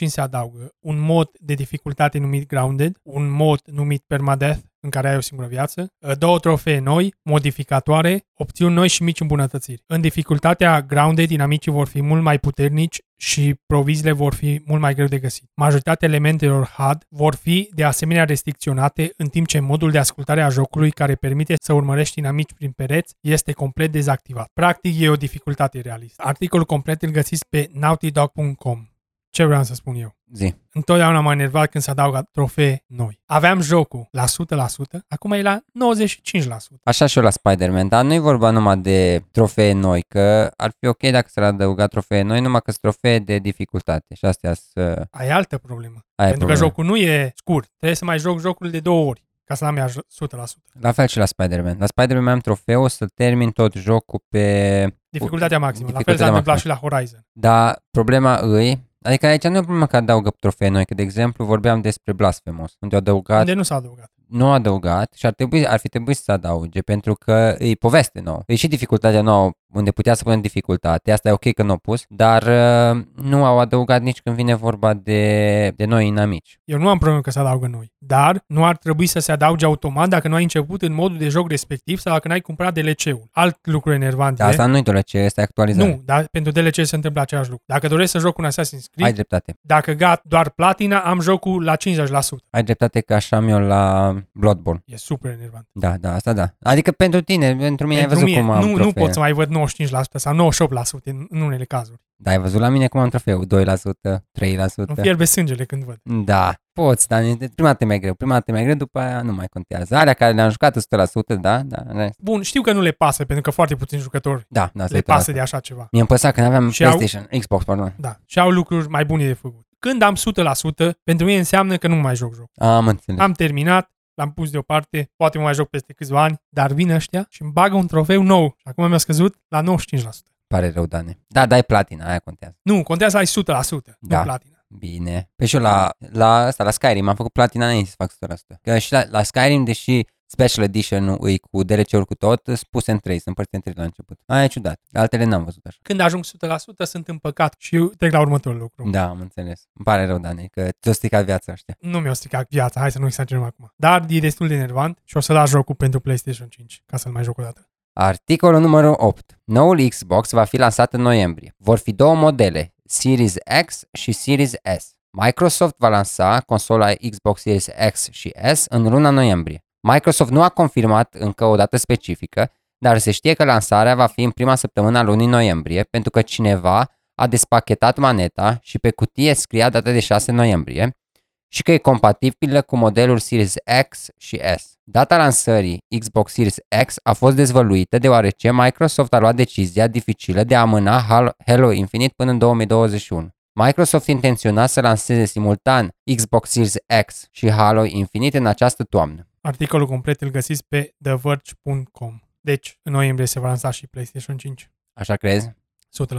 Speaker 1: 1.05 se adaugă un mod de dificultate numit Grounded, un mod numit Permadeath, în care ai o singură viață, ă, două trofee noi, modificatoare, opțiuni noi și mici îmbunătățiri. În dificultatea Grounded, dinamicii vor fi mult mai puternici și provizile vor fi mult mai greu de găsit. Majoritatea elementelor HUD vor fi de asemenea restricționate, în timp ce modul de ascultare a jocului care permite să urmărești dinamici prin pereți este complet dezactivat. Practic e o dificultate realistă. Articolul complet îl găsiți pe naughtydog.com. Ce vreau să spun eu?
Speaker 2: Zi.
Speaker 1: Întotdeauna m-a enervat când se adaugă trofee noi. Aveam jocul la 100%, acum e la 95%.
Speaker 2: Așa și eu la Spider-Man, dar nu e vorba numai de trofee noi, că ar fi ok dacă s-ar adăuga trofee noi, numai că sunt trofee de dificultate și astea să...
Speaker 1: Ai altă problemă.
Speaker 2: Aia e
Speaker 1: pentru
Speaker 2: problema.
Speaker 1: că jocul nu e scurt. Trebuie să mai joc jocul de două ori ca să l am ea 100%.
Speaker 2: La fel și la Spider-Man. La Spider-Man am trofeu să termin tot jocul pe...
Speaker 1: Dificultatea maximă. la fel
Speaker 2: Dificultatea
Speaker 1: s-a întâmplat și la
Speaker 2: maximă.
Speaker 1: Horizon.
Speaker 2: Dar problema îi... Adică aici nu e problema că adaugă trofee noi, că de exemplu vorbeam despre Blasphemous, unde au adăugat
Speaker 1: Unde nu s-a adăugat.
Speaker 2: nu adăugat și ar, trebui, ar fi trebuit să se adauge pentru că e poveste nouă. E și dificultatea nouă unde putea să punem dificultate, asta e ok că nu au pus, dar uh, nu au adăugat nici când vine vorba de, de noi inamici.
Speaker 1: Eu nu am problemă că se adaugă noi, dar nu ar trebui să se adauge automat dacă nu ai început în modul de joc respectiv sau dacă n-ai cumpărat DLC-ul. Alt lucru enervant
Speaker 2: Dar
Speaker 1: e,
Speaker 2: Da, asta nu-i doar ce este actualizare.
Speaker 1: nu, dar pentru DLC se întâmplă același lucru. Dacă doresc să joc un Assassin's Creed,
Speaker 2: Ai dreptate.
Speaker 1: dacă gat doar platina, am jocul la 50%.
Speaker 2: Ai dreptate că așa am eu la Bloodborne.
Speaker 1: E super enervant.
Speaker 2: Da, da, asta da. Adică pentru tine, pentru mine
Speaker 1: Pentru
Speaker 2: ai văzut cum am
Speaker 1: nu, nu
Speaker 2: trofeu.
Speaker 1: pot să mai văd 95% sau 98% în, în unele cazuri.
Speaker 2: Da, ai văzut la mine cum am trofeu, 2%, 3%.
Speaker 1: Îmi fierbe sângele când văd.
Speaker 2: Da, poți, dar e- prima dată e mai greu, prima dată e mai greu, după aia nu mai contează. Alea care le-am jucat 100%, da, da, da,
Speaker 1: Bun, știu că nu le pasă, pentru că foarte puțini jucători
Speaker 2: da, da
Speaker 1: le pasă de așa ceva.
Speaker 2: Mi-am păsat când aveam
Speaker 1: Și au-
Speaker 2: PlayStation, Xbox, pardon.
Speaker 1: Da, și au lucruri mai bune de făcut. Când am 100%, pentru mine înseamnă că nu mai joc joc.
Speaker 2: Am înțeles.
Speaker 1: Am terminat, l-am pus deoparte, poate mă mai joc peste câțiva ani, dar vin ăștia și îmi bagă un trofeu nou. Și acum mi-a scăzut la 95%.
Speaker 2: Pare rău, Dane. Da, dai platina, aia contează.
Speaker 1: Nu, contează să ai 100%,
Speaker 2: Da.
Speaker 1: nu platina.
Speaker 2: Bine. Pe și eu la, la, asta, la Skyrim am făcut platina înainte să fac 100%. Că și la, la Skyrim, deși Special Edition-ul îi cu DLC-uri cu tot, sunt puse în 3, sunt împărțite în 3 la început. Aia e ciudat. Altele n-am văzut așa.
Speaker 1: Când ajung 100%, sunt împăcat și eu trec la următorul lucru.
Speaker 2: Da, am înțeles. Îmi pare rău, Dane, că ți-o stricat viața ăștia.
Speaker 1: nu mi-o stricat viața, hai să nu exagerăm acum. Dar e destul de enervant și o să las jocul pentru PlayStation 5, ca să-l mai joc o dată.
Speaker 2: Articolul numărul 8. Noul Xbox va fi lansat în noiembrie. Vor fi două modele, Series X și Series S. Microsoft va lansa consola Xbox Series X și S în luna noiembrie. Microsoft nu a confirmat încă o dată specifică, dar se știe că lansarea va fi în prima săptămână a lunii noiembrie, pentru că cineva a despachetat maneta și pe cutie scria data de 6 noiembrie, și că e compatibilă cu modelul Series X și S. Data lansării Xbox Series X a fost dezvăluită deoarece Microsoft a luat decizia dificilă de a amâna Hal- Halo Infinite până în 2021. Microsoft intenționa să lanseze simultan Xbox Series X și Halo Infinite în această toamnă.
Speaker 1: Articolul complet îl găsiți pe TheVerge.com. Deci, în noiembrie se va lansa și PlayStation 5,
Speaker 2: Așa crezi?
Speaker 1: 100%.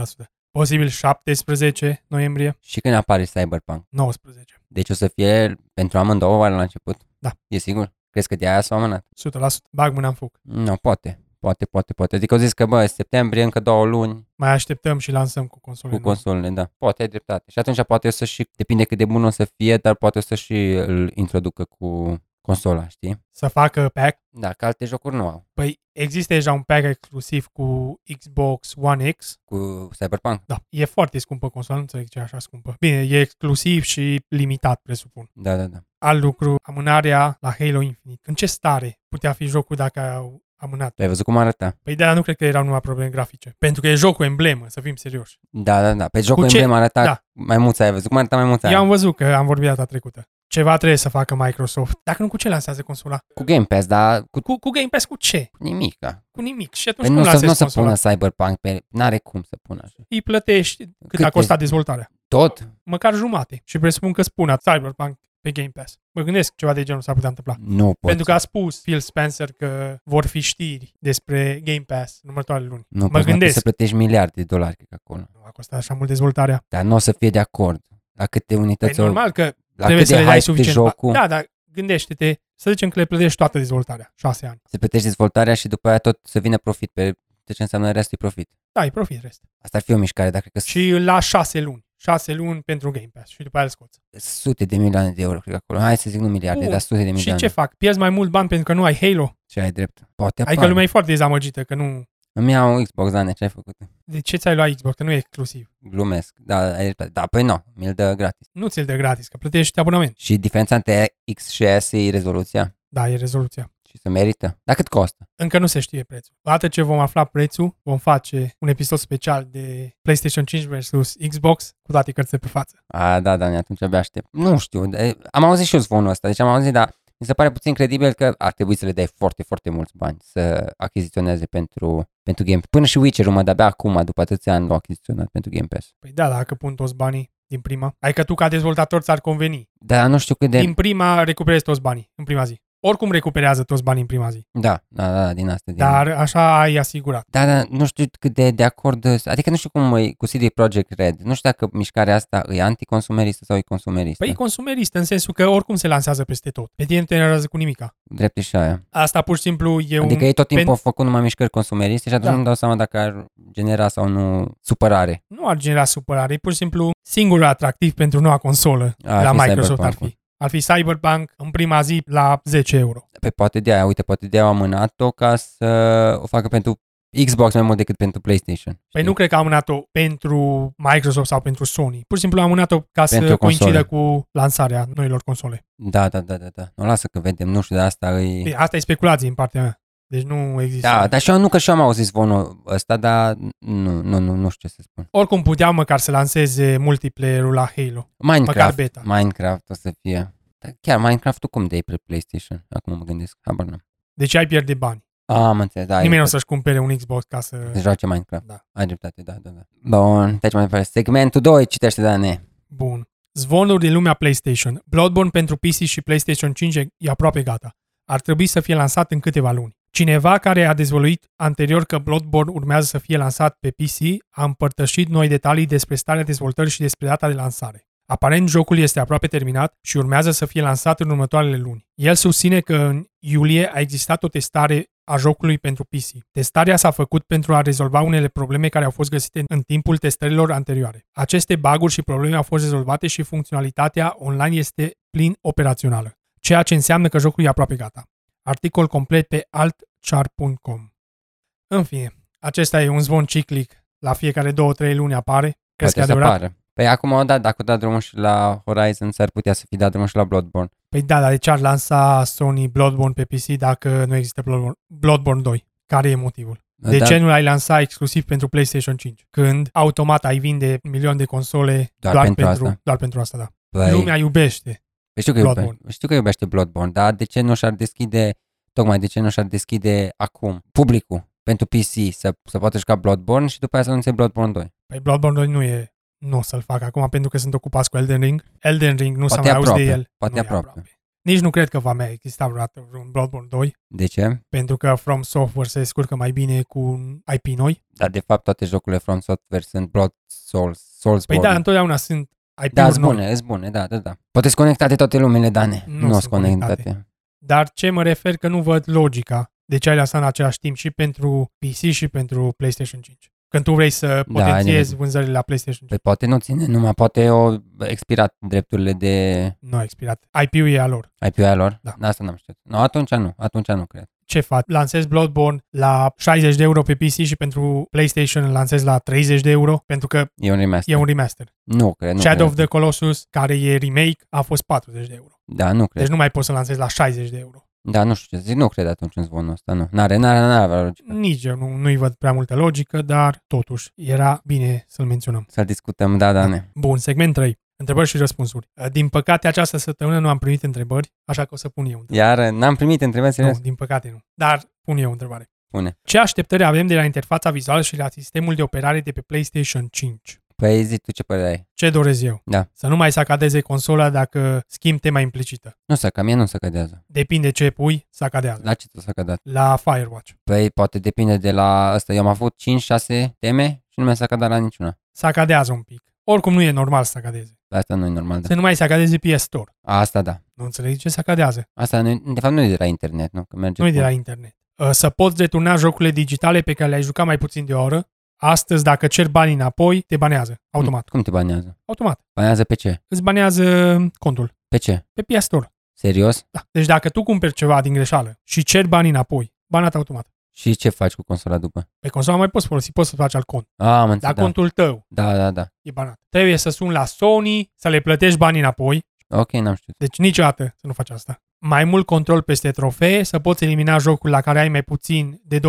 Speaker 1: posibil 17 noiembrie,
Speaker 2: Și când apare Cyberpunk?
Speaker 1: 19,
Speaker 2: Deci o să fie pentru amândouă oare la început?
Speaker 1: Da.
Speaker 2: E sigur? Crezi că de aia s-au amânat?
Speaker 1: 100%, bag mâna în foc.
Speaker 2: Nu, no, poate. Poate, poate, poate. Adică au zis că, bă, septembrie, încă două luni,
Speaker 1: Mai așteptăm și lansăm cu console.
Speaker 2: cu consolele, da. Poate ai dreptate. Și atunci poate o să și, depinde cât de bun o să fie, dar poate o să și îl introducă cu consola, știi?
Speaker 1: Să facă pack.
Speaker 2: Da, că alte jocuri nu au.
Speaker 1: Păi există deja un pack exclusiv cu Xbox One X.
Speaker 2: Cu Cyberpunk?
Speaker 1: Da, e foarte scumpă consola, nu înțeleg ce e așa scumpă. Bine, e exclusiv și limitat, presupun.
Speaker 2: Da, da, da.
Speaker 1: Alt lucru, amânarea la Halo Infinite. În ce stare putea fi jocul dacă au amânat?
Speaker 2: Ai văzut cum arăta?
Speaker 1: Păi de nu cred că erau numai probleme grafice. Pentru că e jocul emblemă, să fim serioși.
Speaker 2: Da, da, da. Pe jocul
Speaker 1: ce-
Speaker 2: emblema arăta
Speaker 1: da.
Speaker 2: da. mai mulți ai văzut. Cum arăta mai mulți
Speaker 1: Eu am văzut că am vorbit data trecută. Ceva trebuie să facă Microsoft. Dacă nu, cu ce lansează consola?
Speaker 2: Cu Game Pass, dar cu
Speaker 1: Cu, cu Game Pass cu ce?
Speaker 2: nimic, da.
Speaker 1: Cu nimic. Și atunci
Speaker 2: Păi
Speaker 1: păi
Speaker 2: nu,
Speaker 1: cum
Speaker 2: o să, nu o
Speaker 1: lansezi
Speaker 2: să
Speaker 1: consola?
Speaker 2: pună Cyberpunk pe... N-are cum să pună așa.
Speaker 1: Îi plătești cât,
Speaker 2: Cât
Speaker 1: a
Speaker 2: e?
Speaker 1: costat dezvoltarea.
Speaker 2: Tot?
Speaker 1: Măcar jumate. Și presupun că spun Cyberpunk pe Game Pass. Mă gândesc ceva de genul s-ar putea întâmpla.
Speaker 2: Nu pot.
Speaker 1: Pentru că a spus Phil Spencer că vor fi știri despre Game Pass în următoarele luni.
Speaker 2: nu
Speaker 1: mă
Speaker 2: poți, mai
Speaker 1: gândesc.
Speaker 2: Să plătești miliarde de dolari, cred că acolo.
Speaker 1: Nu a costat așa mult dezvoltarea.
Speaker 2: Dar nu o să fie de acord. La câte
Speaker 1: E
Speaker 2: unități... au-
Speaker 1: normal că
Speaker 2: la
Speaker 1: trebuie
Speaker 2: cât
Speaker 1: să
Speaker 2: de
Speaker 1: le dai
Speaker 2: hype de
Speaker 1: suficient.
Speaker 2: jocul,
Speaker 1: Da, dar gândește-te, să zicem că le plătești toată dezvoltarea, șase ani.
Speaker 2: se plătește dezvoltarea și după aia tot să vină profit pe... Deci înseamnă restul e profit.
Speaker 1: Da, e profit rest.
Speaker 2: Asta ar fi o mișcare, dar cred că
Speaker 1: Și la șase luni. Șase luni pentru Game Pass și după aia îl scoți.
Speaker 2: sute de milioane de euro, cred că acolo. Hai să zic nu miliarde,
Speaker 1: Bun.
Speaker 2: dar sute de
Speaker 1: Și
Speaker 2: milioane.
Speaker 1: ce fac? Pierzi mai mult bani pentru că nu ai Halo?
Speaker 2: Și ai drept. Poate
Speaker 1: Adică
Speaker 2: apare.
Speaker 1: lumea e foarte dezamăgită că nu...
Speaker 2: Îmi iau Xbox, Dane, ce ai făcut?
Speaker 1: De ce ți-ai luat Xbox? Că nu e exclusiv.
Speaker 2: Glumesc. Da, ai dreptate. Da, păi nu, mi-l dă gratis.
Speaker 1: Nu ți-l dă gratis, că plătești abonament.
Speaker 2: Și diferența între X și S e rezoluția
Speaker 1: Da, e rezoluția.
Speaker 2: și se merită. Dar cât costă?
Speaker 1: Încă nu se știe prețul. Odată ce vom afla prețul, vom face un episod special de PlayStation 5 versus Xbox cu toate cărțile pe față.
Speaker 2: A, da, Dani, atunci abia aștept. Nu știu, de- am auzit și eu zvonul ăsta, deci am auzit, dar mi se pare puțin credibil că ar trebui să le dai foarte, foarte mulți bani să achiziționeze pentru, pentru Game Pass. Până și Witcher-ul mă de-abia acum, după atâția ani, l-au achiziționat pentru Game Pass.
Speaker 1: Păi da, dacă pun toți banii din prima. Adică tu ca dezvoltator ți-ar conveni.
Speaker 2: Dar nu știu cât de...
Speaker 1: Din prima recuperezi toți banii în prima zi. Oricum recuperează toți banii în prima zi.
Speaker 2: Da, da, da, da, din asta. Din...
Speaker 1: Dar așa ai asigurat.
Speaker 2: Da, da, nu știu cât de, de acord, adică nu știu cum e cu CD Projekt Red, nu știu dacă mișcarea asta e anticonsumeristă sau e consumeristă.
Speaker 1: Păi e consumerist în sensul că oricum se lansează peste tot. Pe tine nu te enervează cu nimica.
Speaker 2: Drept e și aia.
Speaker 1: Asta pur și simplu e
Speaker 2: Adică
Speaker 1: un...
Speaker 2: ei tot timpul
Speaker 1: pen-
Speaker 2: au făcut numai mișcări consumeriste și atunci
Speaker 1: Da.
Speaker 2: nu-mi dau seama dacă ar genera sau nu supărare.
Speaker 1: Nu ar genera supărare, e pur și simplu singurul atractiv pentru noua consolă
Speaker 2: Ar
Speaker 1: la
Speaker 2: fi
Speaker 1: Microsoft ar
Speaker 2: Cyberpunk-ul.
Speaker 1: fi. Ar fi Cyberpunk în prima zi la 10 euro.
Speaker 2: Păi poate de aia, uite, poate de aia au amânat-o ca să o facă pentru Xbox mai mult decât pentru PlayStation.
Speaker 1: Păi nu cred că am amânat-o pentru Microsoft sau pentru Sony. Pur și simplu am amânat-o ca
Speaker 2: Pentru
Speaker 1: să
Speaker 2: o consolă.
Speaker 1: coincidă cu lansarea noilor console.
Speaker 2: Da, da, da, da, da. Nu lasă că vedem, nu știu, dar asta e...
Speaker 1: Bine, Păi, asta e speculație în partea mea. Deci nu există.
Speaker 2: Da, dar și eu nu că și eu am auzit zvonul ăsta, dar nu, nu, nu, nu știu ce să spun.
Speaker 1: Oricum puteau măcar să lanseze multiplayer-ul la Halo. Măcar
Speaker 2: Minecraft,
Speaker 1: beta.
Speaker 2: Minecraft o să fie. Dar chiar Minecraft-ul cum de pe PlayStation? Acum mă gândesc, habar n-am.
Speaker 1: Deci ai pierde bani.
Speaker 2: A, am înțeles, da.
Speaker 1: Nimeni
Speaker 2: e-
Speaker 1: nu o să-și cumpere un Xbox ca să...
Speaker 2: Se joace Minecraft.
Speaker 1: Da.
Speaker 2: Ai dreptate, da, da, da. Bun, deci mai departe. Segmentul 2, citește, Dane.
Speaker 1: Bun. Zvonuri din lumea PlayStation. Bloodborne pentru PC și PlayStation 5 e e aproape gata. Ar trebui să fie lansat în câteva luni. Cineva care a dezvăluit anterior că Bloodborne urmează să fie lansat pe PC a împărtășit noi detalii despre starea dezvoltării și despre data de lansare. Aparent, jocul este aproape terminat și urmează să fie lansat în următoarele luni. El susține că în iulie a existat o testare a jocului pentru PC. Testarea s-a făcut pentru a rezolva unele probleme care au fost găsite în timpul testărilor anterioare. Aceste baguri și probleme au fost rezolvate și funcționalitatea online este plin operațională, ceea ce înseamnă că jocul e aproape gata. Articol complet pe altchar.com În fine, acesta e un zvon ciclic. La fiecare 2-3 luni apare. Crezi că e
Speaker 2: Poate să
Speaker 1: adevărat?
Speaker 2: apară. Păi acum, da, dacă o dat drumul și la Horizon, s-ar putea să fi dat drumul și la Bloodborne.
Speaker 1: Păi da, dar de ce ar lansa Sony Bloodborne pe PC dacă nu există Bloodborne, Bloodborne 2? Care e motivul? De
Speaker 2: da,
Speaker 1: ce nu l-ai lansa exclusiv pentru PlayStation 5? Când automat ai vinde un milion de console doar,
Speaker 2: Doar
Speaker 1: doar,
Speaker 2: pentru
Speaker 1: pentru, pentru,
Speaker 2: asta.
Speaker 1: doar pentru asta, da.
Speaker 2: Păi,
Speaker 1: Lumea iubește.
Speaker 2: păi știu, că iubește,
Speaker 1: Bloodborne.
Speaker 2: știu că iubește Bloodborne, dar de ce nu și-ar deschide, tocmai de ce nu și-ar deschide acum publicul pentru PC să, să poată juca Bloodborne și după aia să anunțe Bloodborne 2?
Speaker 1: Păi Bloodborne 2 nu e nu o să-l fac acum pentru că sunt ocupați cu Elden Ring. Elden Ring nu s-a
Speaker 2: Poate
Speaker 1: mai auzit de
Speaker 2: aproape,
Speaker 1: el.
Speaker 2: poate
Speaker 1: nu e
Speaker 2: aproape.
Speaker 1: Nici nu cred că va mai exista vreodată un Bloodborne 2,
Speaker 2: De ce?
Speaker 1: pentru că From Software se scurcă mai bine cu un IP noi.
Speaker 2: Dar de fapt toate jocurile From Software sunt Blood Souls,
Speaker 1: Păi
Speaker 2: Soulsborne.
Speaker 1: da, întotdeauna sunt IP-uri
Speaker 2: da, sunt
Speaker 1: noi.
Speaker 2: bune, sunt bune, da, da, da. Poate sunt conectate toate lumele, Dane.
Speaker 1: Nu
Speaker 2: Nu,
Speaker 1: sunt
Speaker 2: sunt conectate.
Speaker 1: Dar ce mă refer că nu văd logica de ce ai lăsat în același timp și pentru PC și pentru PlayStation 5. Când tu vrei să
Speaker 2: Da, ai
Speaker 1: potențiezi
Speaker 2: nevoie.
Speaker 1: vânzările la PlayStation 5,
Speaker 2: Păi poate nu ține numai, poate au expirat drepturile de
Speaker 1: nu a expirat. IP-ul e a lor.
Speaker 2: IP-ul lor.
Speaker 1: Da.
Speaker 2: Asta n-am știut. Nu, atunci nu, atunci nu cred.
Speaker 1: Ce faci? Lansezi Bloodborne la 60 de euro pe PC și pentru PlayStation îl lansezi la 30 de euro pentru că
Speaker 2: E un remaster.
Speaker 1: e un remaster.
Speaker 2: Nu cred, nu
Speaker 1: Shadow
Speaker 2: cred.
Speaker 1: of the Colossus, care e remake, a fost 40 de euro.
Speaker 2: Da, nu cred.
Speaker 1: Deci nu mai poți să lansezi la 60 de euro.
Speaker 2: Da, nu știu ce zic, nu cred atunci în zvonul ăsta, nu. N-are, n-are, n-are avea logică.
Speaker 1: Nici eu nu, nu-i văd prea multă logică, dar totuși era bine să-l menționăm.
Speaker 2: Să-l discutăm, da, da, ne.
Speaker 1: Bun, segment 3. Întrebări și răspunsuri. Eh, Din păcate, această săptămână nu am primit întrebări, așa că o să pun eu întrebări.
Speaker 2: Iar uh, n-am primit întrebări serios.
Speaker 1: Nu, din păcate nu. Dar pun eu o întrebare.
Speaker 2: Pune.
Speaker 1: Ce așteptări avem de la interfața vizuală și la sistemul de operare de pe PlayStation 5?
Speaker 2: Păi zi tu ce părere ai.
Speaker 1: Ce doresc eu?
Speaker 2: Da.
Speaker 1: Să nu mai sacadeze consola dacă schimb tema implicită.
Speaker 2: Nu să, că mie nu se cădează.
Speaker 1: Depinde ce pui, sacadează.
Speaker 2: La ce tu s-a cădat?
Speaker 1: La Firewatch.
Speaker 2: Păi poate depinde de la ăsta. Eu am avut 5-6 teme și nu mi-a s-a cădat la niciuna.
Speaker 1: Sacadează un pic. Oricum nu e normal să sacadeze.
Speaker 2: Dar Asta nu e normal, da.
Speaker 1: Să nu mai sacadeze PS Store.
Speaker 2: Asta da.
Speaker 1: Nu înțelegi ce sacadează.
Speaker 2: Asta, nu, de fapt, nu e de la internet, nu? Că merge
Speaker 1: Nu e de
Speaker 2: cu-
Speaker 1: la internet. Uh, Să poți returna jocurile digitale pe care le-ai jucat mai puțin de o oră. Astăzi, dacă cer bani înapoi, te banează. Automat.
Speaker 2: Cum te banează?
Speaker 1: Automat.
Speaker 2: Banează pe ce?
Speaker 1: Îți banează contul.
Speaker 2: Pe ce?
Speaker 1: Pe PS Store.
Speaker 2: Serios?
Speaker 1: Da. Deci dacă tu cumperi ceva din greșeală și cer bani înapoi, banat automat.
Speaker 2: Și ce faci cu consola după?
Speaker 1: Pe consola mai poți folosi, poți să faci alt cont.
Speaker 2: A, am
Speaker 1: Dar
Speaker 2: înțeles.
Speaker 1: da. contul tău
Speaker 2: Da, da, da.
Speaker 1: e banat. Trebuie să suni la Sony, să le plătești bani înapoi.
Speaker 2: Ok, n-am știut.
Speaker 1: Deci niciodată să nu faci asta. Mai mult control peste trofee, să poți elimina jocul la care ai mai puțin de 20%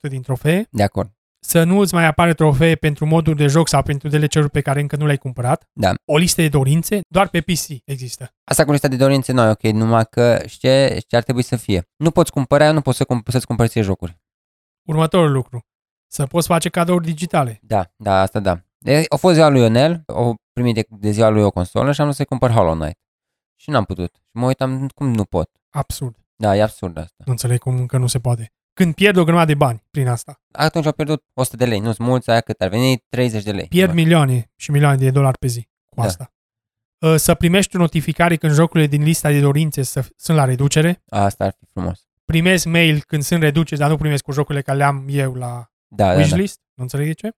Speaker 1: din trofee.
Speaker 2: De acord.
Speaker 1: să nu îți mai apare trofee pentru modul de joc sau pentru DLC-uri pe care încă nu le-ai cumpărat.
Speaker 2: Da.
Speaker 1: O listă de dorințe doar pe PC există.
Speaker 2: Asta cu lista de dorințe noi, ok, numai că știi ce, știi ce ar trebui să fie. Nu poți cumpăra, nu poți să cum, să-ți cumpări ție jocuri.
Speaker 1: Următorul lucru. Să poți face cadouri digitale.
Speaker 2: Da, da, asta da. E, a fost ziua lui Ionel, o primit de, de ziua lui o consolă și am vrut să-i cumpăr Hollow Knight. Și n-am putut. Și mă uitam, cum nu pot?
Speaker 1: Absurd.
Speaker 2: Da, e absurd asta.
Speaker 1: Nu înțeleg cum încă nu se poate. Când pierd o grămadă de bani prin asta.
Speaker 2: Atunci au pierdut 100 de lei, nu sunt mulți, aia cât ar veni, 30 de lei.
Speaker 1: Pierd milioane și milioane de dolari pe zi cu
Speaker 2: Da.
Speaker 1: asta. Uh, Să primești o notificare când jocurile din lista de dorințe să- sunt la reducere.
Speaker 2: Asta ar fi frumos.
Speaker 1: Primesc mail când sunt reduceri, dar nu primesc cu jocurile care le-am eu la
Speaker 2: Da, da, da.
Speaker 1: wishlist, nu înțeleg de ce.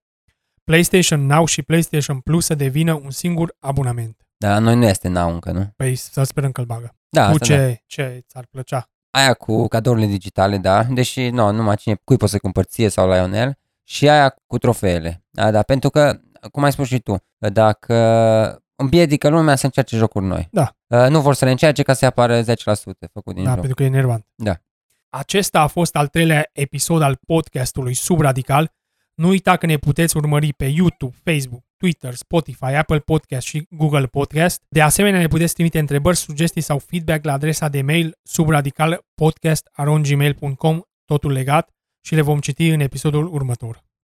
Speaker 1: PlayStation Now și PlayStation Plus să devină un singur abonament.
Speaker 2: Dar la Da, noi nu este now încă, nu?
Speaker 1: Păi să sperăm că-l bagă.
Speaker 2: Da,
Speaker 1: cu
Speaker 2: asta
Speaker 1: ce,
Speaker 2: da.
Speaker 1: ce ți-ar plăcea? aia
Speaker 2: Aia cu cadourile digitale, da, deși nu, numai cine, cui poți să cumpări ție sau la Ionel și aia cu trofeele. Da, da, pentru că, cum ai spus și tu, dacă împiedică lumea să încerce jocuri noi.
Speaker 1: Da.
Speaker 2: Uh, Nu vor să le încerce ca să apară 10% făcut din
Speaker 1: Da,
Speaker 2: da, joc.
Speaker 1: pentru că e nervant.
Speaker 2: Da.
Speaker 1: Acesta a fost al treilea episod al podcastului Subradical. Nu uita că ne puteți urmări pe YouTube, Facebook, Twitter, Spotify, Apple Podcast și Google Podcast. De asemenea, ne puteți trimite întrebări, sugestii sau feedback la adresa de mail subradicalpodcast.gmail.com, totul legat, și le vom citi în episodul următor.